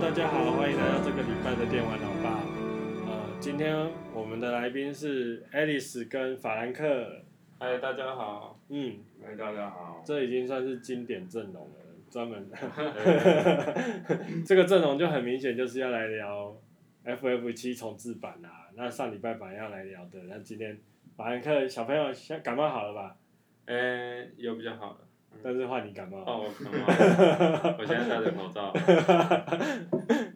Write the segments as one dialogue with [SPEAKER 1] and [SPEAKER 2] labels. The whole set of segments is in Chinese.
[SPEAKER 1] 大家好，欢迎来到这个礼拜的电玩老爸。呃，今天我们的来宾是 Alice 跟法兰克。
[SPEAKER 2] 嗨，大家好。
[SPEAKER 1] 嗯，
[SPEAKER 2] 嗨，大家 好。
[SPEAKER 1] 这已经算是经典阵容了，专门。 这个阵容就很明显就是要来聊 FF 七重置版啦、那上礼拜本来要来聊的，那今天法兰克小朋友先感冒好了吧？
[SPEAKER 2] 哎、有比较好的，
[SPEAKER 1] 但是换你感冒。
[SPEAKER 2] 换我感 冒。我现在戴着口罩。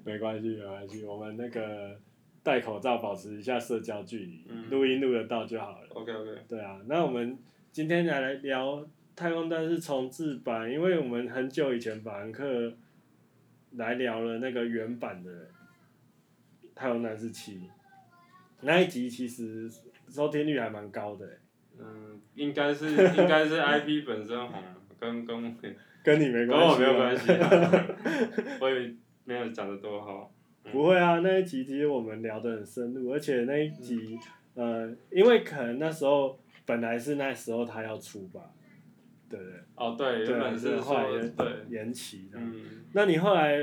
[SPEAKER 1] 没关系，没关系，我们那个戴口罩，保持一下社交距离
[SPEAKER 2] 嗯，
[SPEAKER 1] 录、音录得到就好了。
[SPEAKER 2] OK OK。
[SPEAKER 1] 对啊，那我们今天来聊《太空战士重置版》，因为我们很久以前法兰克来聊了那个原版的《太空战士七》，那一集其实收听率还蛮高的、欸
[SPEAKER 2] 嗯，应该是应该是 IP 本身红，啊跟跟我
[SPEAKER 1] 跟你没
[SPEAKER 2] 跟
[SPEAKER 1] 关系、
[SPEAKER 2] 我没有关。系、啊。 我也没有讲的多好。
[SPEAKER 1] 不会啊，那一集其实我们聊得很深入，而且那一集，呃，因为可能那时候本来是那时候他要出吧，对不对？啊
[SPEAKER 2] 哦，对，原本是
[SPEAKER 1] 后
[SPEAKER 2] 说
[SPEAKER 1] 来延
[SPEAKER 2] 对，
[SPEAKER 1] 延期的。
[SPEAKER 2] 嗯
[SPEAKER 1] 那你后来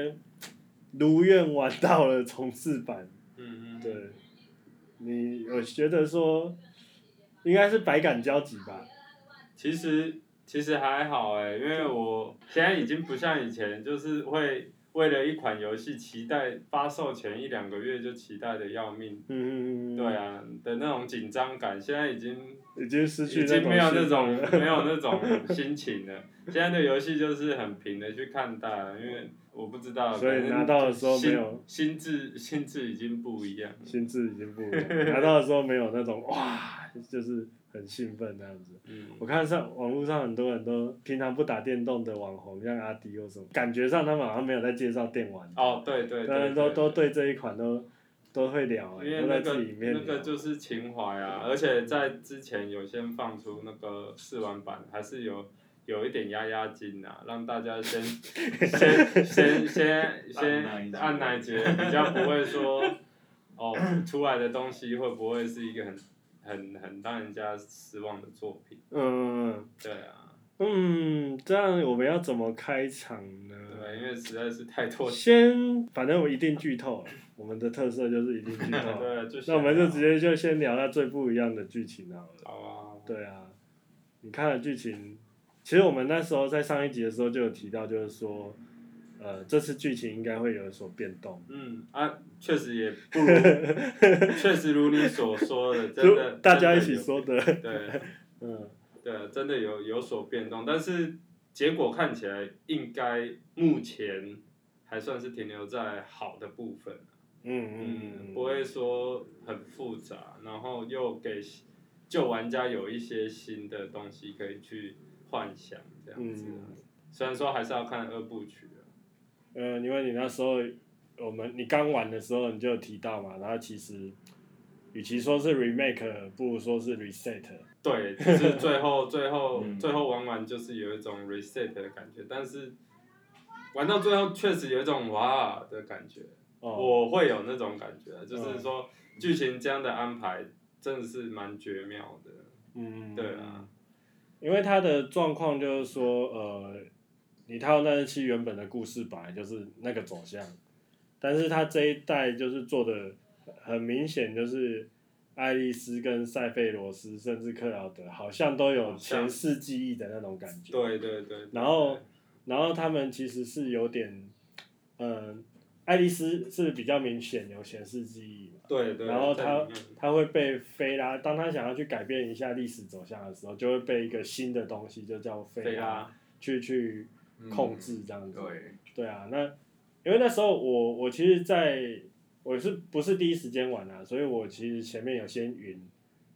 [SPEAKER 1] 如愿玩到了重置版，
[SPEAKER 2] 嗯嗯，
[SPEAKER 1] 对，你我觉得说应该是百感交集吧，
[SPEAKER 2] 其实其实还好哎、因为我现在已经不像以前，就是会为了一款游戏期待发售前一两个月就期待的要命，
[SPEAKER 1] 嗯嗯嗯，
[SPEAKER 2] 对，啊的那种紧张感，现在已经
[SPEAKER 1] 已经失去
[SPEAKER 2] 已经没有那种
[SPEAKER 1] 兴奋了
[SPEAKER 2] 没有那种心情了。现在的游戏就是很平的去看待了，因为我不知道，
[SPEAKER 1] 所以
[SPEAKER 2] 反正
[SPEAKER 1] 拿到的时候没有
[SPEAKER 2] 心心智心智已经不一样了，
[SPEAKER 1] 心智已经不一 样，拿到的时候没有那种哇，就是很兴奋那样子。
[SPEAKER 2] 嗯
[SPEAKER 1] 我看上网络上很多很多平常不打电动的网红，像阿迪或什么，感觉上他们好像没有在介绍电玩，
[SPEAKER 2] 哦对对
[SPEAKER 1] 但
[SPEAKER 2] 对
[SPEAKER 1] 是都
[SPEAKER 2] 对
[SPEAKER 1] 都对这一款都都会聊、
[SPEAKER 2] 因
[SPEAKER 1] 欸，
[SPEAKER 2] 为
[SPEAKER 1] 都在
[SPEAKER 2] 那
[SPEAKER 1] 自
[SPEAKER 2] 个
[SPEAKER 1] 己里面
[SPEAKER 2] 那
[SPEAKER 1] 聊。
[SPEAKER 2] 个就是情怀啊，而且在之前有先放出那个试玩版，还是有有一点压压惊啊，让大家 先先先先先按奶节，比较不会说哦出来的东西会不会是一个很很很让人家失望的作品？
[SPEAKER 1] 嗯
[SPEAKER 2] 对啊，
[SPEAKER 1] 嗯，这样我们要怎么开场呢？
[SPEAKER 2] 对，因为实在是太多，
[SPEAKER 1] 先，反正我一定剧透了，我们的特色就是一定剧透。
[SPEAKER 2] 对，就
[SPEAKER 1] 那我们就直
[SPEAKER 2] 接
[SPEAKER 1] 接就先聊到最不一样的剧情好了。
[SPEAKER 2] 好啊，
[SPEAKER 1] 对啊，你看了剧情，其实我们那时候在上一集的时候就有提到，就是说，呃，这次剧情应该会有所变动。
[SPEAKER 2] 嗯啊，确实也 不如，确实如你所说的，真的
[SPEAKER 1] 就大家一
[SPEAKER 2] 真
[SPEAKER 1] 起
[SPEAKER 2] 的有
[SPEAKER 1] 说的，
[SPEAKER 2] 对
[SPEAKER 1] 嗯，
[SPEAKER 2] 对，啊真的有有所变动，但是结果看起来应该目前还算是停留在好的部分，
[SPEAKER 1] 嗯嗯嗯，
[SPEAKER 2] 不会说很复杂，然后又给旧玩家有一些新的东西可以去幻想这样子啊、虽然说还是要看二部曲啊
[SPEAKER 1] 呃，因为你那时候我们你刚玩的时候你就有提到嘛，然后其实与其说是 remake，不如说是 reset。
[SPEAKER 2] 对，就是 最后最后、
[SPEAKER 3] 嗯
[SPEAKER 2] 最后玩完就是有一种 reset 的感觉，但是玩到最后确实有一种哇的感觉，
[SPEAKER 1] 哦，嗯
[SPEAKER 2] 我会有那种感觉，啊就是说剧情这样的安排真的是蛮绝妙的，
[SPEAKER 1] 嗯，
[SPEAKER 2] 对啊，
[SPEAKER 1] 因为他的状况就是说，呃，你太空战士七原本的故事本来就是那个走向，但是他这一代就是做的很明显，就是爱丽丝跟塞费罗斯甚至克劳德好像都有
[SPEAKER 2] 好像
[SPEAKER 1] 前世记忆的那种感觉。
[SPEAKER 2] 对对对，对
[SPEAKER 1] 然后然后他们其实是有点，呃，爱丽丝是比较明显有前世记忆嘛，
[SPEAKER 2] 对对，
[SPEAKER 1] 然后
[SPEAKER 2] 在
[SPEAKER 1] 他
[SPEAKER 2] 里面
[SPEAKER 1] 她会被菲拉，当她想要去改变一下历史走向的时候，就会被一个新的东西，就叫菲
[SPEAKER 2] 对
[SPEAKER 1] 拉，
[SPEAKER 2] 啊，
[SPEAKER 1] 去去控制这样子。
[SPEAKER 3] 对，
[SPEAKER 1] 对啊，那因为那时候我我其实在我是不是第一时间玩啊，所以我其实前面有先云，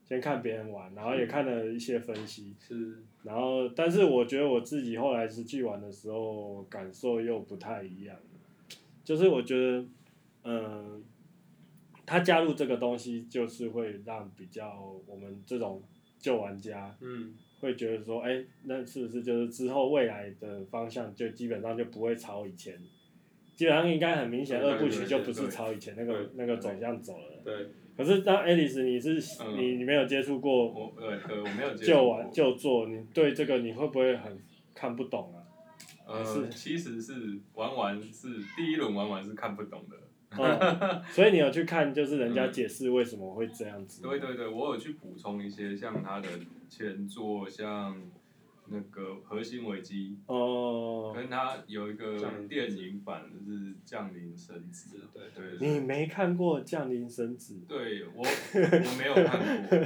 [SPEAKER 1] 先看别人玩，然后也看了一些分析，
[SPEAKER 2] 是
[SPEAKER 1] 然后，但是我觉得我自己后来实际玩的时候，感受又不太一样。就是我觉得，嗯，他加入这个东西，就是会让比较我们这种旧玩家
[SPEAKER 2] 嗯
[SPEAKER 1] 会觉得说，哎，那是不是就是之后未来的方向就基本上就不会朝以前，基本上应该很明显，
[SPEAKER 2] 对
[SPEAKER 1] 二部曲
[SPEAKER 2] 对
[SPEAKER 1] 就
[SPEAKER 2] 对
[SPEAKER 1] 不是
[SPEAKER 2] 对
[SPEAKER 1] 朝以前那个
[SPEAKER 2] 对
[SPEAKER 1] 那个走向走了。
[SPEAKER 2] 对，
[SPEAKER 1] 可是当 Alice，你是
[SPEAKER 3] 嗯
[SPEAKER 1] 你你没有接触过
[SPEAKER 3] 我呃呃我没有接触
[SPEAKER 1] 旧玩
[SPEAKER 3] 过
[SPEAKER 1] 旧作，你对这个你会不会很看不懂啊？是
[SPEAKER 3] 呃，其实是玩完是第一轮玩完是看不懂的。
[SPEAKER 1] 哦，所以你有去看，就是人家解释为什么会这样子。
[SPEAKER 3] 对对对，我有去补充一些像他的前作，像那个《核心危机》，
[SPEAKER 1] 哦，
[SPEAKER 3] 跟他有一个
[SPEAKER 2] 降临
[SPEAKER 3] 电影版，就是《降临神子》。
[SPEAKER 2] 对
[SPEAKER 3] 对
[SPEAKER 1] 你
[SPEAKER 3] 对
[SPEAKER 1] 没看过《降临生子》，
[SPEAKER 3] 对，我我没有 看过，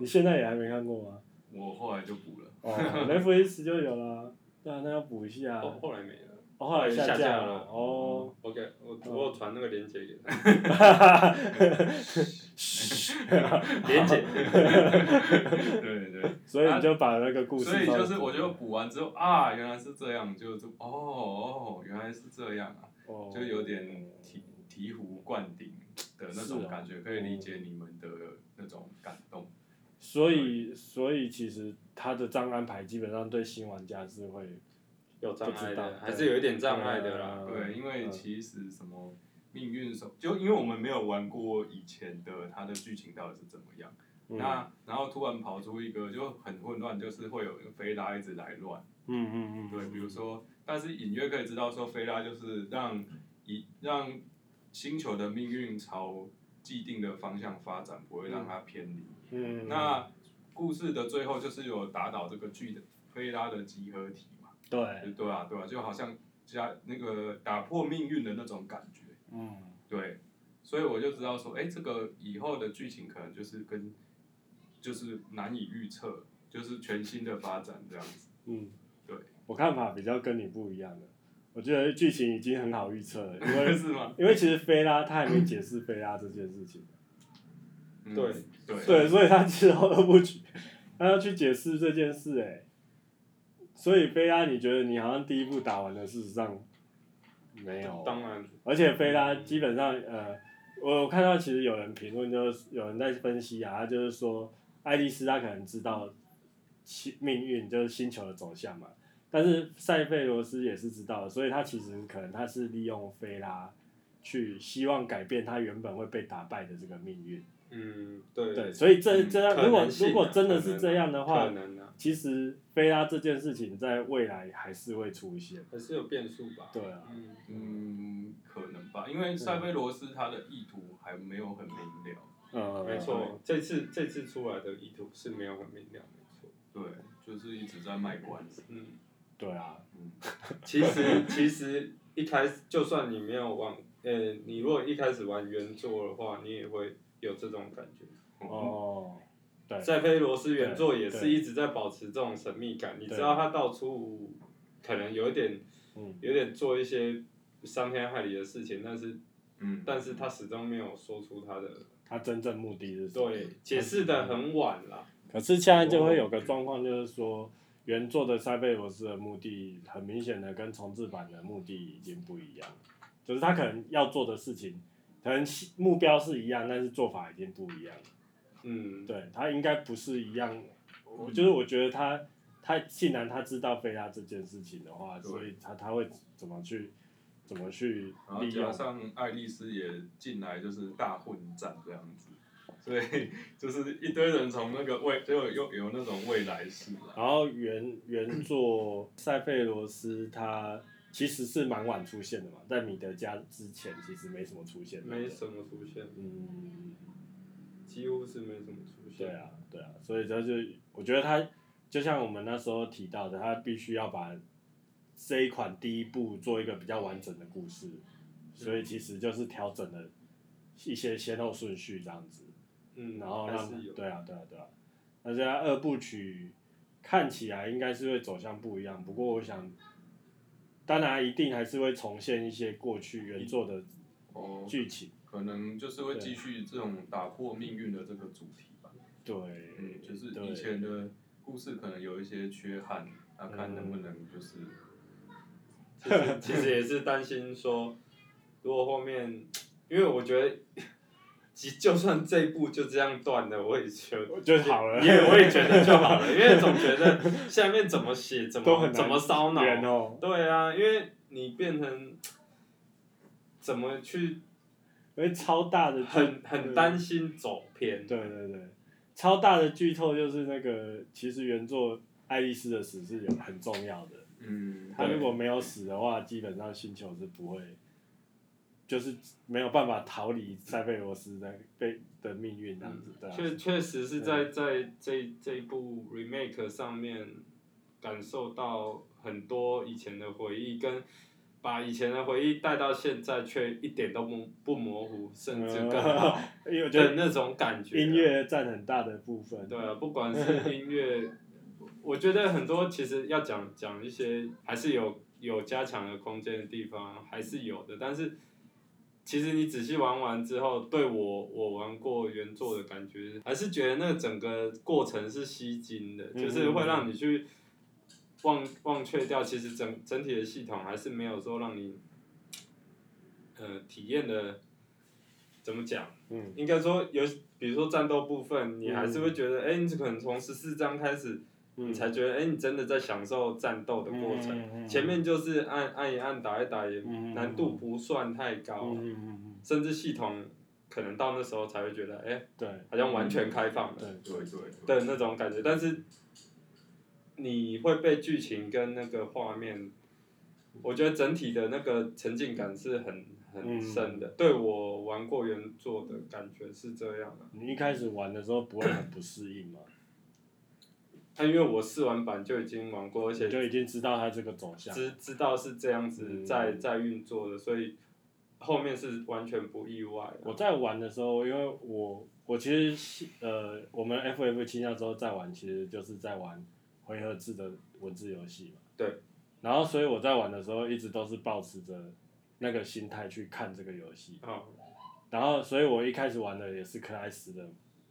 [SPEAKER 1] 你
[SPEAKER 3] 嗯，
[SPEAKER 1] 现在也还没看过吗？
[SPEAKER 3] 我后来就补了。
[SPEAKER 1] 哦，Netflix 就有啦。对啊，那要补一下。
[SPEAKER 2] 后
[SPEAKER 1] 哦，
[SPEAKER 2] 后来没了。
[SPEAKER 1] 后来
[SPEAKER 2] 下
[SPEAKER 1] 架
[SPEAKER 2] 架了
[SPEAKER 1] 哦，
[SPEAKER 2] 我给我我有传那个链接给他，
[SPEAKER 1] 哈哈哈哦
[SPEAKER 2] 链接。
[SPEAKER 3] 对对。
[SPEAKER 1] 所以你就把那个故事
[SPEAKER 3] 所
[SPEAKER 1] 放
[SPEAKER 3] 以
[SPEAKER 1] 进去，
[SPEAKER 3] 就是，我觉得补完之后啊，原来是这样，就就哦哦，原来是这样啊，
[SPEAKER 1] 哦
[SPEAKER 3] 就有点醍醍醐灌顶的那
[SPEAKER 1] 是
[SPEAKER 3] 种
[SPEAKER 1] 啊
[SPEAKER 3] 感觉，可以理解你们的那种感动。
[SPEAKER 1] 所以，所以其实他的这样安排基本上对新玩家是会，
[SPEAKER 2] 有障
[SPEAKER 1] 不
[SPEAKER 2] 碍
[SPEAKER 1] 知道
[SPEAKER 2] 的，还是有一点障碍的啦。
[SPEAKER 1] 嗯
[SPEAKER 3] 对，因为
[SPEAKER 1] 嗯
[SPEAKER 3] 其实什么命运手，就因为我们没有玩过以前的它的剧情到底是怎么样，
[SPEAKER 1] 嗯
[SPEAKER 3] 那然后突然跑出一个就很混乱，就是会有一个菲拉一直来乱。
[SPEAKER 1] 嗯嗯嗯，
[SPEAKER 3] 对，比如说，但是隐约可以知道说，菲拉就是让以让星球的命运朝既定的方向发展，不会让它偏离。
[SPEAKER 1] 嗯，嗯
[SPEAKER 3] 那故事的最后就是有打倒这个巨的菲拉的集合体嘛？
[SPEAKER 1] 对，
[SPEAKER 3] 对啊，对啊，就好像加那个打破命运的那种感觉。
[SPEAKER 1] 嗯，
[SPEAKER 3] 对，所以我就知道说，哎、这个以后的剧情可能就是跟就是难以预测，就是全新的发展这样 子。
[SPEAKER 1] 嗯，
[SPEAKER 3] 对，
[SPEAKER 1] 我看法比较跟你不一样的，我觉得剧情已经很好预测了，因 为
[SPEAKER 3] 是吗？
[SPEAKER 1] 因为其实菲拉他还没解释菲拉这件事情，
[SPEAKER 3] 嗯
[SPEAKER 2] 对
[SPEAKER 3] 对
[SPEAKER 1] 对，所以他其实后都不去， 他要去解释这件事、哎，所以菲拉，你觉得你好像第一步打完了，事实上没有，
[SPEAKER 2] 当然，
[SPEAKER 1] 而且菲拉基本上，呃，我我看到其实有人评论，就是有人在分析啊，他就是说爱丽丝她可能知道星命运就是星球的走向嘛，但是塞费罗斯也是知道的，所以他其实可能他是利用菲拉去希望改变他原本会被打败的这个命运。
[SPEAKER 2] 嗯，对，
[SPEAKER 1] 对，所以这
[SPEAKER 3] 嗯
[SPEAKER 1] 这样、
[SPEAKER 2] 可
[SPEAKER 1] 如果
[SPEAKER 2] 能性啊
[SPEAKER 1] 如果真的
[SPEAKER 2] 可能
[SPEAKER 1] 是
[SPEAKER 2] 啊
[SPEAKER 1] 这样的
[SPEAKER 2] 可
[SPEAKER 1] 话，
[SPEAKER 2] 能啊，
[SPEAKER 1] 其实菲拉这件事情在未来还是会出现。
[SPEAKER 2] 还是有变数吧。
[SPEAKER 1] 对啊，
[SPEAKER 2] 嗯，
[SPEAKER 3] 嗯，可能吧，因为塞菲罗斯他的意图还没有很明了。
[SPEAKER 1] 嗯，
[SPEAKER 2] 没
[SPEAKER 3] 对
[SPEAKER 2] 错，呃这次这次出来的意图是没有很明了，没错。
[SPEAKER 3] 对，就是一直在卖关子。
[SPEAKER 2] 嗯。
[SPEAKER 1] 对啊，
[SPEAKER 3] 嗯，
[SPEAKER 2] 其实其实一开始，就算你没有玩，呃，你如果一开始玩原作的话，你也会有这种感觉。
[SPEAKER 1] 哦，对，
[SPEAKER 2] 塞菲罗斯原作也
[SPEAKER 1] 对
[SPEAKER 2] 是
[SPEAKER 1] 对
[SPEAKER 2] 一直在保持这种神秘感，你
[SPEAKER 1] 对
[SPEAKER 2] 知道他到初可能有一点
[SPEAKER 1] 嗯。
[SPEAKER 2] 有点做一些伤天害理的事情，但是
[SPEAKER 3] 嗯，
[SPEAKER 2] 但是他始终没有说出他的
[SPEAKER 1] 他真正目的是什么？
[SPEAKER 2] 对解释的很晚啦。
[SPEAKER 1] 可是现在就会有个状况，就是说原作的塞贝罗斯的目的，很明显的跟重置版的目的已经不一样，就是他可能要做的事情，可能目标是一样，但是做法已经不一样了。
[SPEAKER 2] 嗯，
[SPEAKER 1] 对他应该不是一样，我就是我觉得他他既然他知道菲拉这件事情的话，
[SPEAKER 3] 对
[SPEAKER 1] 所以他他会怎么去怎么去
[SPEAKER 3] 然后
[SPEAKER 1] 利
[SPEAKER 3] 加
[SPEAKER 1] 用？
[SPEAKER 3] 上爱丽丝也进来，就是大混战这样子，所以就是一堆人从那个未就有有那种未来式啊。
[SPEAKER 1] 然后原原作塞费罗斯他其实是蛮晚出现的嘛，在米德加之前其实没什么出现的。
[SPEAKER 2] 没什么出现，
[SPEAKER 1] 嗯，
[SPEAKER 2] 几乎是没什么出现。
[SPEAKER 1] 对啊，对啊，所以他就我觉得他就像我们那时候提到的，他必须要把这一款第一部做一个比较完整的故事，所以其实就是调整了一些先后顺序这样子。
[SPEAKER 2] 嗯，
[SPEAKER 1] 然后
[SPEAKER 2] 还
[SPEAKER 1] 让
[SPEAKER 2] 是有。
[SPEAKER 1] 对啊对啊对啊，那这样二部曲看起来应该是会走向不一样，不过我想，当然一定还是会重现一些过去原作的
[SPEAKER 3] 哦，
[SPEAKER 1] 剧情，
[SPEAKER 3] 可能就是会继续这种打破命运的这个主题吧。
[SPEAKER 1] 对，
[SPEAKER 3] 嗯，就是
[SPEAKER 1] 对
[SPEAKER 3] 以前的故事可能有一些缺憾，那看能不
[SPEAKER 1] 嗯
[SPEAKER 3] 能就是
[SPEAKER 2] 其实其实也是担心说，如果后面，因为我觉得，即就算这一步就这样断了，我也觉得。
[SPEAKER 1] 就好了，
[SPEAKER 2] 也我也觉得就好了，因为总觉得下面怎么写怎
[SPEAKER 1] 都很难
[SPEAKER 2] 么怎么烧脑，
[SPEAKER 1] 远哦，
[SPEAKER 2] 对啊，因为你变成怎么去
[SPEAKER 1] 因为超大的剧
[SPEAKER 2] 很很担心走偏，
[SPEAKER 1] 对对对，超大的剧透就是那个，其实原作爱丽丝的死是有很重要的，
[SPEAKER 3] 嗯嗯，
[SPEAKER 1] 他
[SPEAKER 3] 对
[SPEAKER 1] 如果没有死的话，基本上星球是不会，就是没有办法逃离塞贝罗斯的被的命运这样子，对啊
[SPEAKER 2] 确确嗯实是在在这这一部 remake 上面感受到很多以前的回忆，跟把以前的回忆带到现在，却一点都不不模糊，甚至更好
[SPEAKER 1] 因为嗯我觉
[SPEAKER 2] 的
[SPEAKER 1] 得
[SPEAKER 2] 那种感觉啊。
[SPEAKER 1] 音乐占很大的部分，
[SPEAKER 2] 对啊，不管是音乐， 我觉得很多其实要讲讲一些，还是有有加强的空间的地方，还是有的。但是其实你仔细玩完之后，对我我玩过原作的感觉，还是觉得那整个过程是吸睛的，
[SPEAKER 1] 嗯
[SPEAKER 2] 就是会让你去忘忘却掉，其实整整体的系统还是没有说让你呃体验的怎么讲。
[SPEAKER 1] 嗯，
[SPEAKER 2] 应该说有，比如说战斗部分，你还是会觉得，哎、你可能从十四章开始，
[SPEAKER 1] 嗯
[SPEAKER 2] 你才觉得，哎、你真的在享受战斗的过程。
[SPEAKER 1] 嗯
[SPEAKER 2] 前面就是按按一按，打一打，也
[SPEAKER 1] 嗯
[SPEAKER 2] 难度不算太高，
[SPEAKER 1] 嗯嗯嗯嗯，
[SPEAKER 2] 甚至系统可能到那时候才会觉得，哎、
[SPEAKER 1] 对
[SPEAKER 2] 好像完全开放了
[SPEAKER 1] 嗯对，
[SPEAKER 3] 对对
[SPEAKER 2] 的那种感觉。但是你会被剧情跟那个画面，我觉得整体的那个沉浸感是很很
[SPEAKER 1] 嗯
[SPEAKER 2] 深的。对我玩过原作的感觉是这样的、
[SPEAKER 1] 你一开始玩的时候不会很不适应吗？
[SPEAKER 2] 他因为我试完版就已经玩过，而且
[SPEAKER 1] 你就已经知道它这个走向，
[SPEAKER 2] 知知道是这样子
[SPEAKER 1] 嗯
[SPEAKER 2] 在、在运作的，所以后面是完全不意外啊的。
[SPEAKER 1] 我在玩的时候，因为我我其实是呃，我们 FF 七那时候在玩，其实就是在玩回合制的文字游戏嘛。
[SPEAKER 2] 对。
[SPEAKER 1] 然后，所以我在玩的时候，一直都是保持着那个心态去看这个游戏。
[SPEAKER 2] 哦，
[SPEAKER 1] 然后，所以我一开始玩的也是克莱斯的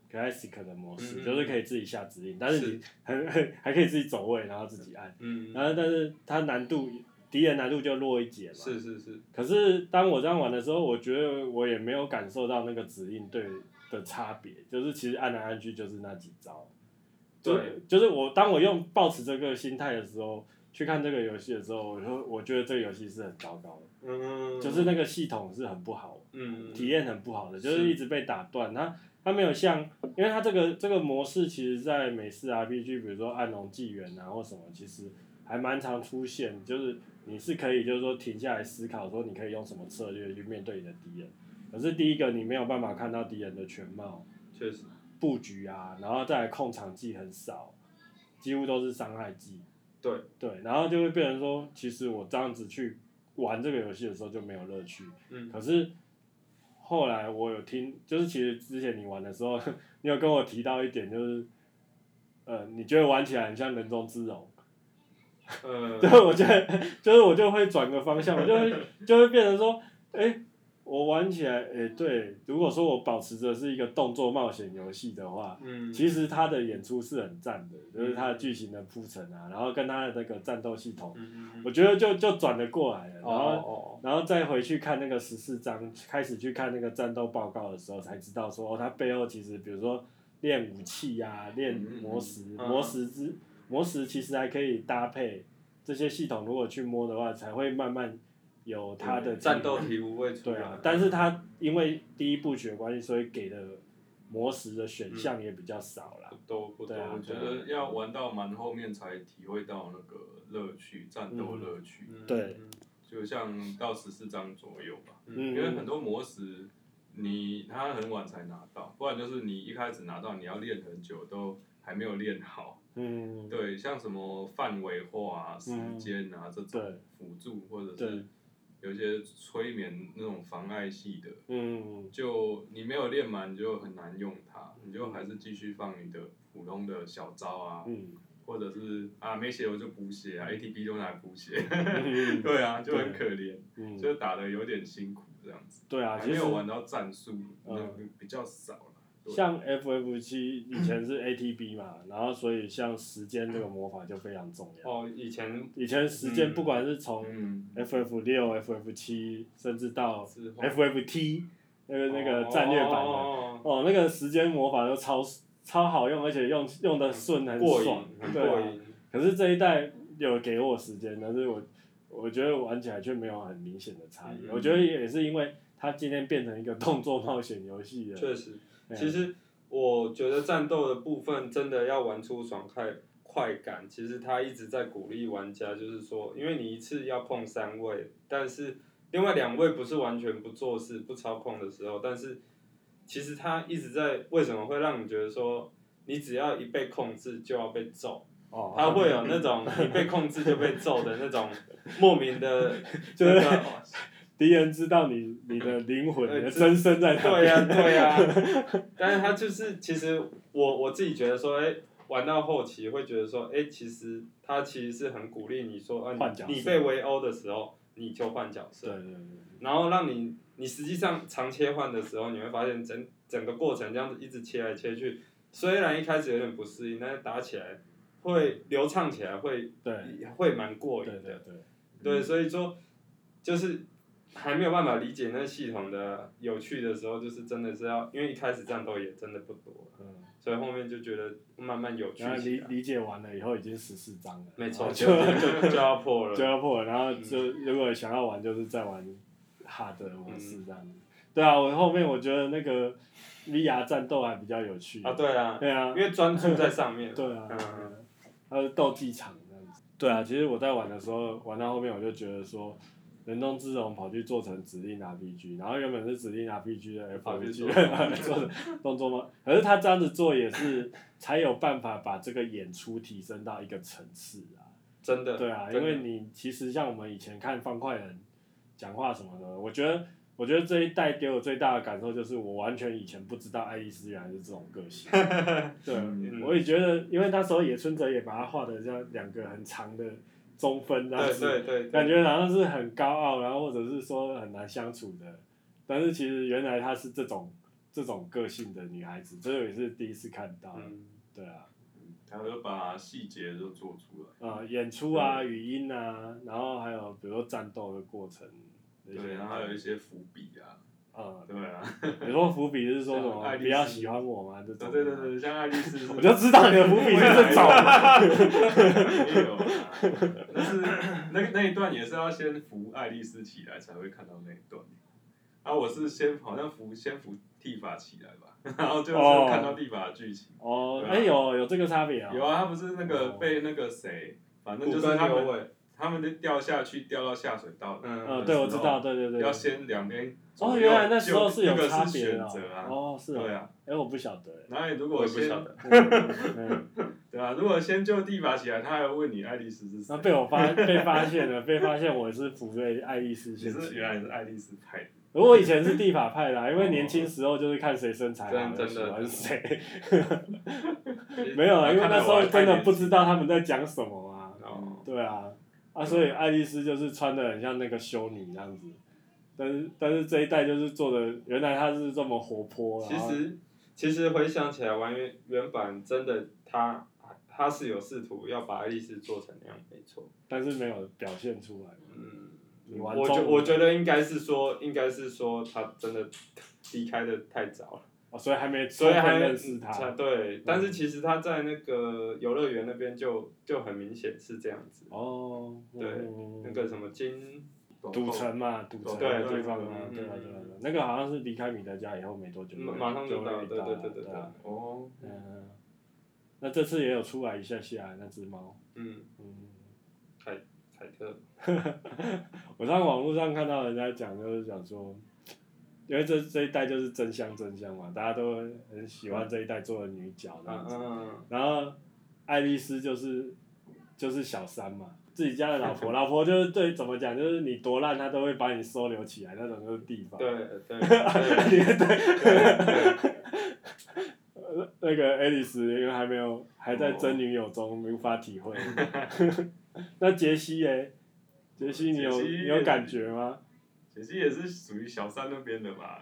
[SPEAKER 1] 克莱斯克的模式，
[SPEAKER 2] 嗯嗯
[SPEAKER 1] 就是可以自己下指令，但是你很 很还可以自己走位，然后自己按。
[SPEAKER 2] 嗯，
[SPEAKER 1] 然后，但是它难度敌人难度就弱一截嘛。
[SPEAKER 2] 是是是，
[SPEAKER 1] 可是当我这样玩的时候，我觉得我也没有感受到那个指令对的差别，就是其实按来按去就是那几招。就
[SPEAKER 2] 对，
[SPEAKER 1] 就是我当我用抱持这个心态的时候，去看这个游戏的时候，我就我觉得这个游戏是很糟糕的，
[SPEAKER 2] 嗯，
[SPEAKER 1] 就是那个系统是很不好，
[SPEAKER 2] 嗯
[SPEAKER 1] 体验很不好的，
[SPEAKER 2] 是
[SPEAKER 1] 就是一直被打断。它它没有像，因为它这个这个模式其实在美式 RPG，比如说《暗龙纪元》啊或什么，其实还蛮常出现，就是你是可以就是说停下来思考，说你可以用什么策略去面对你的敌人。可是第一个，你没有办法看到敌人的全貌
[SPEAKER 2] 确实，
[SPEAKER 1] 布局啊，然后再来控场技很少，几乎都是伤害技。
[SPEAKER 2] 对
[SPEAKER 1] 对，然后就会变成说，其实我这样子去玩这个游戏的时候就没有乐趣。
[SPEAKER 2] 嗯，
[SPEAKER 1] 可是后来我有听，就是其实之前你玩的时候， 你有跟我提到一点，就是呃，你觉得玩起来很像人中之龙，
[SPEAKER 2] 呃，
[SPEAKER 1] 对，我觉得就是我就会转个方向，我就会就会变成说，哎、我玩起来，哎、对，如果说我保持着是一个动作冒险游戏的话。
[SPEAKER 2] 嗯，
[SPEAKER 1] 其实他的演出是很赞的，就是他的剧情的铺陈啊，然后跟他的那个战斗系统，
[SPEAKER 2] 嗯，嗯
[SPEAKER 1] 我觉得就就转得过来了。
[SPEAKER 2] 嗯，
[SPEAKER 1] 然
[SPEAKER 2] 哦
[SPEAKER 1] 后
[SPEAKER 2] 哦，
[SPEAKER 1] 然后再回去看那个十四章，开始去看那个战斗报告的时候，才知道说，哦，他背后其实比如说练武器呀、练魔石，
[SPEAKER 2] 嗯
[SPEAKER 1] 魔石之魔石其实还可以搭配这些系统，如果去摸的话，才会慢慢有它的
[SPEAKER 2] 哦战斗嗯题无畏出
[SPEAKER 1] 对
[SPEAKER 2] 来
[SPEAKER 1] 啊，但是他因为第一部曲的关系，所以给的魔石的选项也比较少啦
[SPEAKER 2] 不。多不多，
[SPEAKER 1] 对啊
[SPEAKER 2] 我
[SPEAKER 3] 我
[SPEAKER 2] 觉
[SPEAKER 3] 觉
[SPEAKER 2] 得
[SPEAKER 3] 得要玩到蛮后面才体会到那个乐趣，战斗乐趣，
[SPEAKER 2] 嗯
[SPEAKER 1] 对，
[SPEAKER 3] 就像到十四章左右吧。
[SPEAKER 1] 嗯
[SPEAKER 3] 因为很多魔石，你它很晚才拿到，不然就是你一开始拿到，你要练很久都还没有练好。
[SPEAKER 1] 嗯，
[SPEAKER 3] 对，像什么范围化啊、时间啊、这
[SPEAKER 1] 对
[SPEAKER 3] 种，辅助，或者
[SPEAKER 1] 对
[SPEAKER 3] 是有一些催眠那种妨碍系的，
[SPEAKER 1] 嗯，
[SPEAKER 3] 就你没有练满，你就很难用它，你就还是继续放你的普通的小招啊，
[SPEAKER 1] 嗯，
[SPEAKER 3] 或者是啊没血我就补血啊，ATB 就拿来补血，
[SPEAKER 1] 嗯
[SPEAKER 3] 对啊，就很可怜，
[SPEAKER 1] 嗯，
[SPEAKER 3] 就打的有点辛苦这样子，
[SPEAKER 1] 对啊，
[SPEAKER 3] 还
[SPEAKER 1] 其
[SPEAKER 3] 没
[SPEAKER 1] 实
[SPEAKER 3] 有玩到战术，那
[SPEAKER 1] 嗯
[SPEAKER 3] 个比较少了。对
[SPEAKER 1] 像 FF 七以前是 ATB 嘛，然后所以像时间这个魔法就非常重要。
[SPEAKER 2] 哦，以前
[SPEAKER 1] 以前时间
[SPEAKER 3] 嗯
[SPEAKER 1] 不管是从
[SPEAKER 3] 嗯，
[SPEAKER 1] FF 六、FF 七，甚至到
[SPEAKER 2] 之后
[SPEAKER 1] FFT 那个那个战略版的，哦
[SPEAKER 2] 哦
[SPEAKER 1] 那个时间魔法都超超好用，而且用用的顺很
[SPEAKER 2] 过
[SPEAKER 1] 爽
[SPEAKER 2] 瘾，，很
[SPEAKER 1] 对
[SPEAKER 2] 过
[SPEAKER 1] 啊。
[SPEAKER 2] 瘾。
[SPEAKER 1] 可是这一代有给我时间，但是我我觉得玩起来却没有很明显的差异。
[SPEAKER 3] 嗯
[SPEAKER 1] 我觉得也是因为它今天变成一个动作冒险游戏了。
[SPEAKER 2] 确实，
[SPEAKER 1] 对啊
[SPEAKER 2] 其实我觉得战斗的部分真的要玩出爽快快感，其实他一直在鼓励玩家，就是说，因为你一次要碰三位，但是另外两位不是完全不做事、不操控的时候，但是其实他一直在为什么会让你觉得说，你只要一被控制就要被揍，
[SPEAKER 1] 哦，
[SPEAKER 2] 他会有那 种你被控制就被揍的那种莫名的，
[SPEAKER 1] 就是
[SPEAKER 2] 那个
[SPEAKER 1] 敌人知道你你的灵魂、
[SPEAKER 2] 呃
[SPEAKER 1] 你的
[SPEAKER 2] 知
[SPEAKER 1] 真身在哪
[SPEAKER 2] 对啊
[SPEAKER 1] 里。
[SPEAKER 2] 呀、对呀、但是他就是，其实我我自己觉得说，哎、玩到后期会觉得说，哎、其实他其实是很鼓励你说，啊，
[SPEAKER 1] 换角色
[SPEAKER 2] 你你被围殴的时候，你就换角
[SPEAKER 1] 对
[SPEAKER 2] 色，
[SPEAKER 1] 对对。
[SPEAKER 2] 然后让你你实际上常切换的时候，你会发现整整个过程这样子一直切来切去，虽然一开始有点不适应，但是打起来会流畅起来会，
[SPEAKER 1] 对
[SPEAKER 2] 会蛮过瘾
[SPEAKER 1] 对
[SPEAKER 2] 的。
[SPEAKER 1] 对对，
[SPEAKER 2] 对，所以说就是还没有办法理解那系统的有趣的时候，就是真的是要，因为一开始战斗也真的不多，
[SPEAKER 1] 嗯，
[SPEAKER 2] 所以后面就觉得慢慢有趣
[SPEAKER 1] 然后
[SPEAKER 2] 起
[SPEAKER 1] 理
[SPEAKER 2] 来。
[SPEAKER 1] 理解完了以后已经十四章了，
[SPEAKER 2] 没
[SPEAKER 1] 然
[SPEAKER 2] 错，
[SPEAKER 1] 后
[SPEAKER 2] 就
[SPEAKER 1] 就
[SPEAKER 2] 就就就要破
[SPEAKER 1] 就
[SPEAKER 2] 了。嗯
[SPEAKER 1] 要破了，然后就如果想要玩就是再玩 hard 的模式这样
[SPEAKER 2] 嗯
[SPEAKER 1] 子。对啊，我后面我觉得那个 VR 战斗还比较有趣
[SPEAKER 2] 啊，对啊，
[SPEAKER 1] 对啊
[SPEAKER 2] 因，为专注在上面。
[SPEAKER 1] 对啊，
[SPEAKER 2] 嗯
[SPEAKER 1] 嗯还有斗技场这样子。对啊，其实我在玩的时候，玩到后面我就觉得说，人中之龙跑去做成指令 RPG，然后原本是指令 RPG 的
[SPEAKER 2] 跑去
[SPEAKER 1] RPG，
[SPEAKER 2] 做
[SPEAKER 1] 然后 做成动作吗？可是他这样子做也是才有办法把这个演出提升到一个层次啊。
[SPEAKER 2] 真的。
[SPEAKER 1] 对啊，
[SPEAKER 2] 真
[SPEAKER 1] 因
[SPEAKER 2] 的
[SPEAKER 1] 为你其实像我们以前看方块人讲话什么的，我觉得。我觉得这一代给我最大的感受就是，我完全以前不知道爱丽丝原来是这种个 性。对， 啊
[SPEAKER 2] 嗯
[SPEAKER 1] 我也觉得，因为那时候野村哲也把它画的这样两个很长的中分这样
[SPEAKER 2] 对
[SPEAKER 1] 子，
[SPEAKER 2] 对对，对
[SPEAKER 1] 感觉好像是很高傲，然后或者是说很难相处的。但是其实原来她是这种这种个性的女孩子，这个也是第一次看到。
[SPEAKER 2] 嗯，
[SPEAKER 1] 对啊，
[SPEAKER 3] 他会把细节都做出来。
[SPEAKER 1] 呃，演出啊、语音啊，然后还有比如说战斗的过程，
[SPEAKER 3] 对，然后还有一些伏笔啊，
[SPEAKER 1] 呃，
[SPEAKER 3] 对啊，
[SPEAKER 1] 你说伏笔是说什
[SPEAKER 3] 像爱
[SPEAKER 1] 么？
[SPEAKER 3] 丽丝
[SPEAKER 1] 比较喜欢我吗？这种
[SPEAKER 3] 对对对，对，像爱丽丝 是，
[SPEAKER 1] 我就知道你的伏笔是这种。
[SPEAKER 3] 没有啊，但是那 那一段也是要先扶爱丽丝起来才会看到那一段。啊，我是先好像扶先扶剃发起来吧， 然后就是
[SPEAKER 1] 哦
[SPEAKER 3] 看到剃发的剧情。
[SPEAKER 1] 哦，哎、有有这个差别啊、
[SPEAKER 3] 有啊，他不是那个
[SPEAKER 1] 哦
[SPEAKER 3] 被那个谁，反正
[SPEAKER 2] 骨
[SPEAKER 3] 就是
[SPEAKER 2] 跟
[SPEAKER 3] 他
[SPEAKER 2] 牛
[SPEAKER 3] 们
[SPEAKER 2] 尾。
[SPEAKER 3] 他们就掉下去，掉到下水道的。
[SPEAKER 2] 嗯
[SPEAKER 1] 呃，对，我知道，对对对。哦
[SPEAKER 3] 要先两边左右。
[SPEAKER 1] 哦，原来那时候
[SPEAKER 3] 就是
[SPEAKER 1] 有
[SPEAKER 3] 那个
[SPEAKER 1] 差别
[SPEAKER 3] 选
[SPEAKER 1] 的
[SPEAKER 3] 择啊。
[SPEAKER 1] 哦，哦是
[SPEAKER 3] 对
[SPEAKER 1] 哦，
[SPEAKER 3] 啊，
[SPEAKER 1] 哎，我不晓得欸，
[SPEAKER 3] 然后你如
[SPEAKER 2] 我
[SPEAKER 3] 果
[SPEAKER 2] 也不
[SPEAKER 3] 先
[SPEAKER 2] 晓得，
[SPEAKER 1] 嗯，
[SPEAKER 3] 对啊，如果先就地拔起来，他还要问你爱丽丝是谁
[SPEAKER 1] 那？被我发被发现了，被发现我是福瑞爱丽丝
[SPEAKER 3] 你
[SPEAKER 1] 先
[SPEAKER 3] 是
[SPEAKER 1] 驱，
[SPEAKER 3] 原来哦是爱丽丝派的，
[SPEAKER 1] 而我以前是地法派的啊，因为年轻时候就是看谁身材好，就
[SPEAKER 2] 真真
[SPEAKER 1] 喜
[SPEAKER 2] 的
[SPEAKER 1] 欢谁，
[SPEAKER 2] 其实
[SPEAKER 1] 没有啊，因为
[SPEAKER 2] 看
[SPEAKER 1] 那
[SPEAKER 2] 来
[SPEAKER 1] 时
[SPEAKER 2] 我
[SPEAKER 1] 候
[SPEAKER 2] 还
[SPEAKER 1] 真的
[SPEAKER 2] 太
[SPEAKER 1] 不知道他们在讲什么啊，
[SPEAKER 2] 哦，
[SPEAKER 1] 对啊，啊，所以爱丽丝就是穿的很像那个修女这样子，但是但是这一代就是做的，原来她是这么活泼，
[SPEAKER 2] 其
[SPEAKER 1] 然后
[SPEAKER 2] 实其实回想起来，玩原原版真的他他是有试图要把爱丽丝做成那样，没错。
[SPEAKER 1] 但是没有表现出来，
[SPEAKER 2] 嗯，
[SPEAKER 1] 你玩
[SPEAKER 2] 我
[SPEAKER 1] 中
[SPEAKER 2] 觉
[SPEAKER 1] 文
[SPEAKER 2] 我觉得应该是说，应该是说他真的离开的太早了，
[SPEAKER 1] 哦，所以还没
[SPEAKER 2] 所以
[SPEAKER 1] 充分
[SPEAKER 2] 还
[SPEAKER 1] 认识他，嗯
[SPEAKER 2] 才对。但是其实他在那个游乐园那边就就很明显是这样子，
[SPEAKER 1] 哦，
[SPEAKER 2] 对
[SPEAKER 1] 嗯
[SPEAKER 2] 那个什么金，
[SPEAKER 1] 赌城嘛，赌城
[SPEAKER 2] 对
[SPEAKER 1] 对
[SPEAKER 2] 对
[SPEAKER 1] 方
[SPEAKER 2] 对
[SPEAKER 1] 啊，
[SPEAKER 2] 嗯
[SPEAKER 1] 对啊对
[SPEAKER 2] 嗯
[SPEAKER 1] 啊，对啊那个好像是离开米德家以后没多久，
[SPEAKER 2] 马马上
[SPEAKER 1] 就
[SPEAKER 2] 就
[SPEAKER 1] 会
[SPEAKER 2] 到，
[SPEAKER 1] 遇
[SPEAKER 2] 对
[SPEAKER 1] 到
[SPEAKER 2] 对
[SPEAKER 1] 了
[SPEAKER 2] 对对对
[SPEAKER 1] 对啊，，
[SPEAKER 3] 哦，
[SPEAKER 1] 嗯，那这次也有出来一下下那只猫，
[SPEAKER 2] 嗯，
[SPEAKER 1] 嗯，
[SPEAKER 2] 凯凯特，
[SPEAKER 1] 我在网络上看到人家讲，就是讲说。因为这这一代就是真香真香嘛，大家都很喜欢这一代做的女角这
[SPEAKER 2] 嗯
[SPEAKER 1] 样子。
[SPEAKER 2] 嗯，
[SPEAKER 1] 然后爱丽丝就是就是小三嘛，自己家的老婆，老婆就是对怎么讲，就是你多烂，她都会把你收留起来那种就是地方。
[SPEAKER 2] 啊对 对对
[SPEAKER 1] 呃 那个爱丽丝因为还没有还在真女友中，无法体会。 那杰西耶，杰西你有
[SPEAKER 3] 杰西
[SPEAKER 1] 你有感觉吗？
[SPEAKER 3] 其实也是属于小三那边的 吧？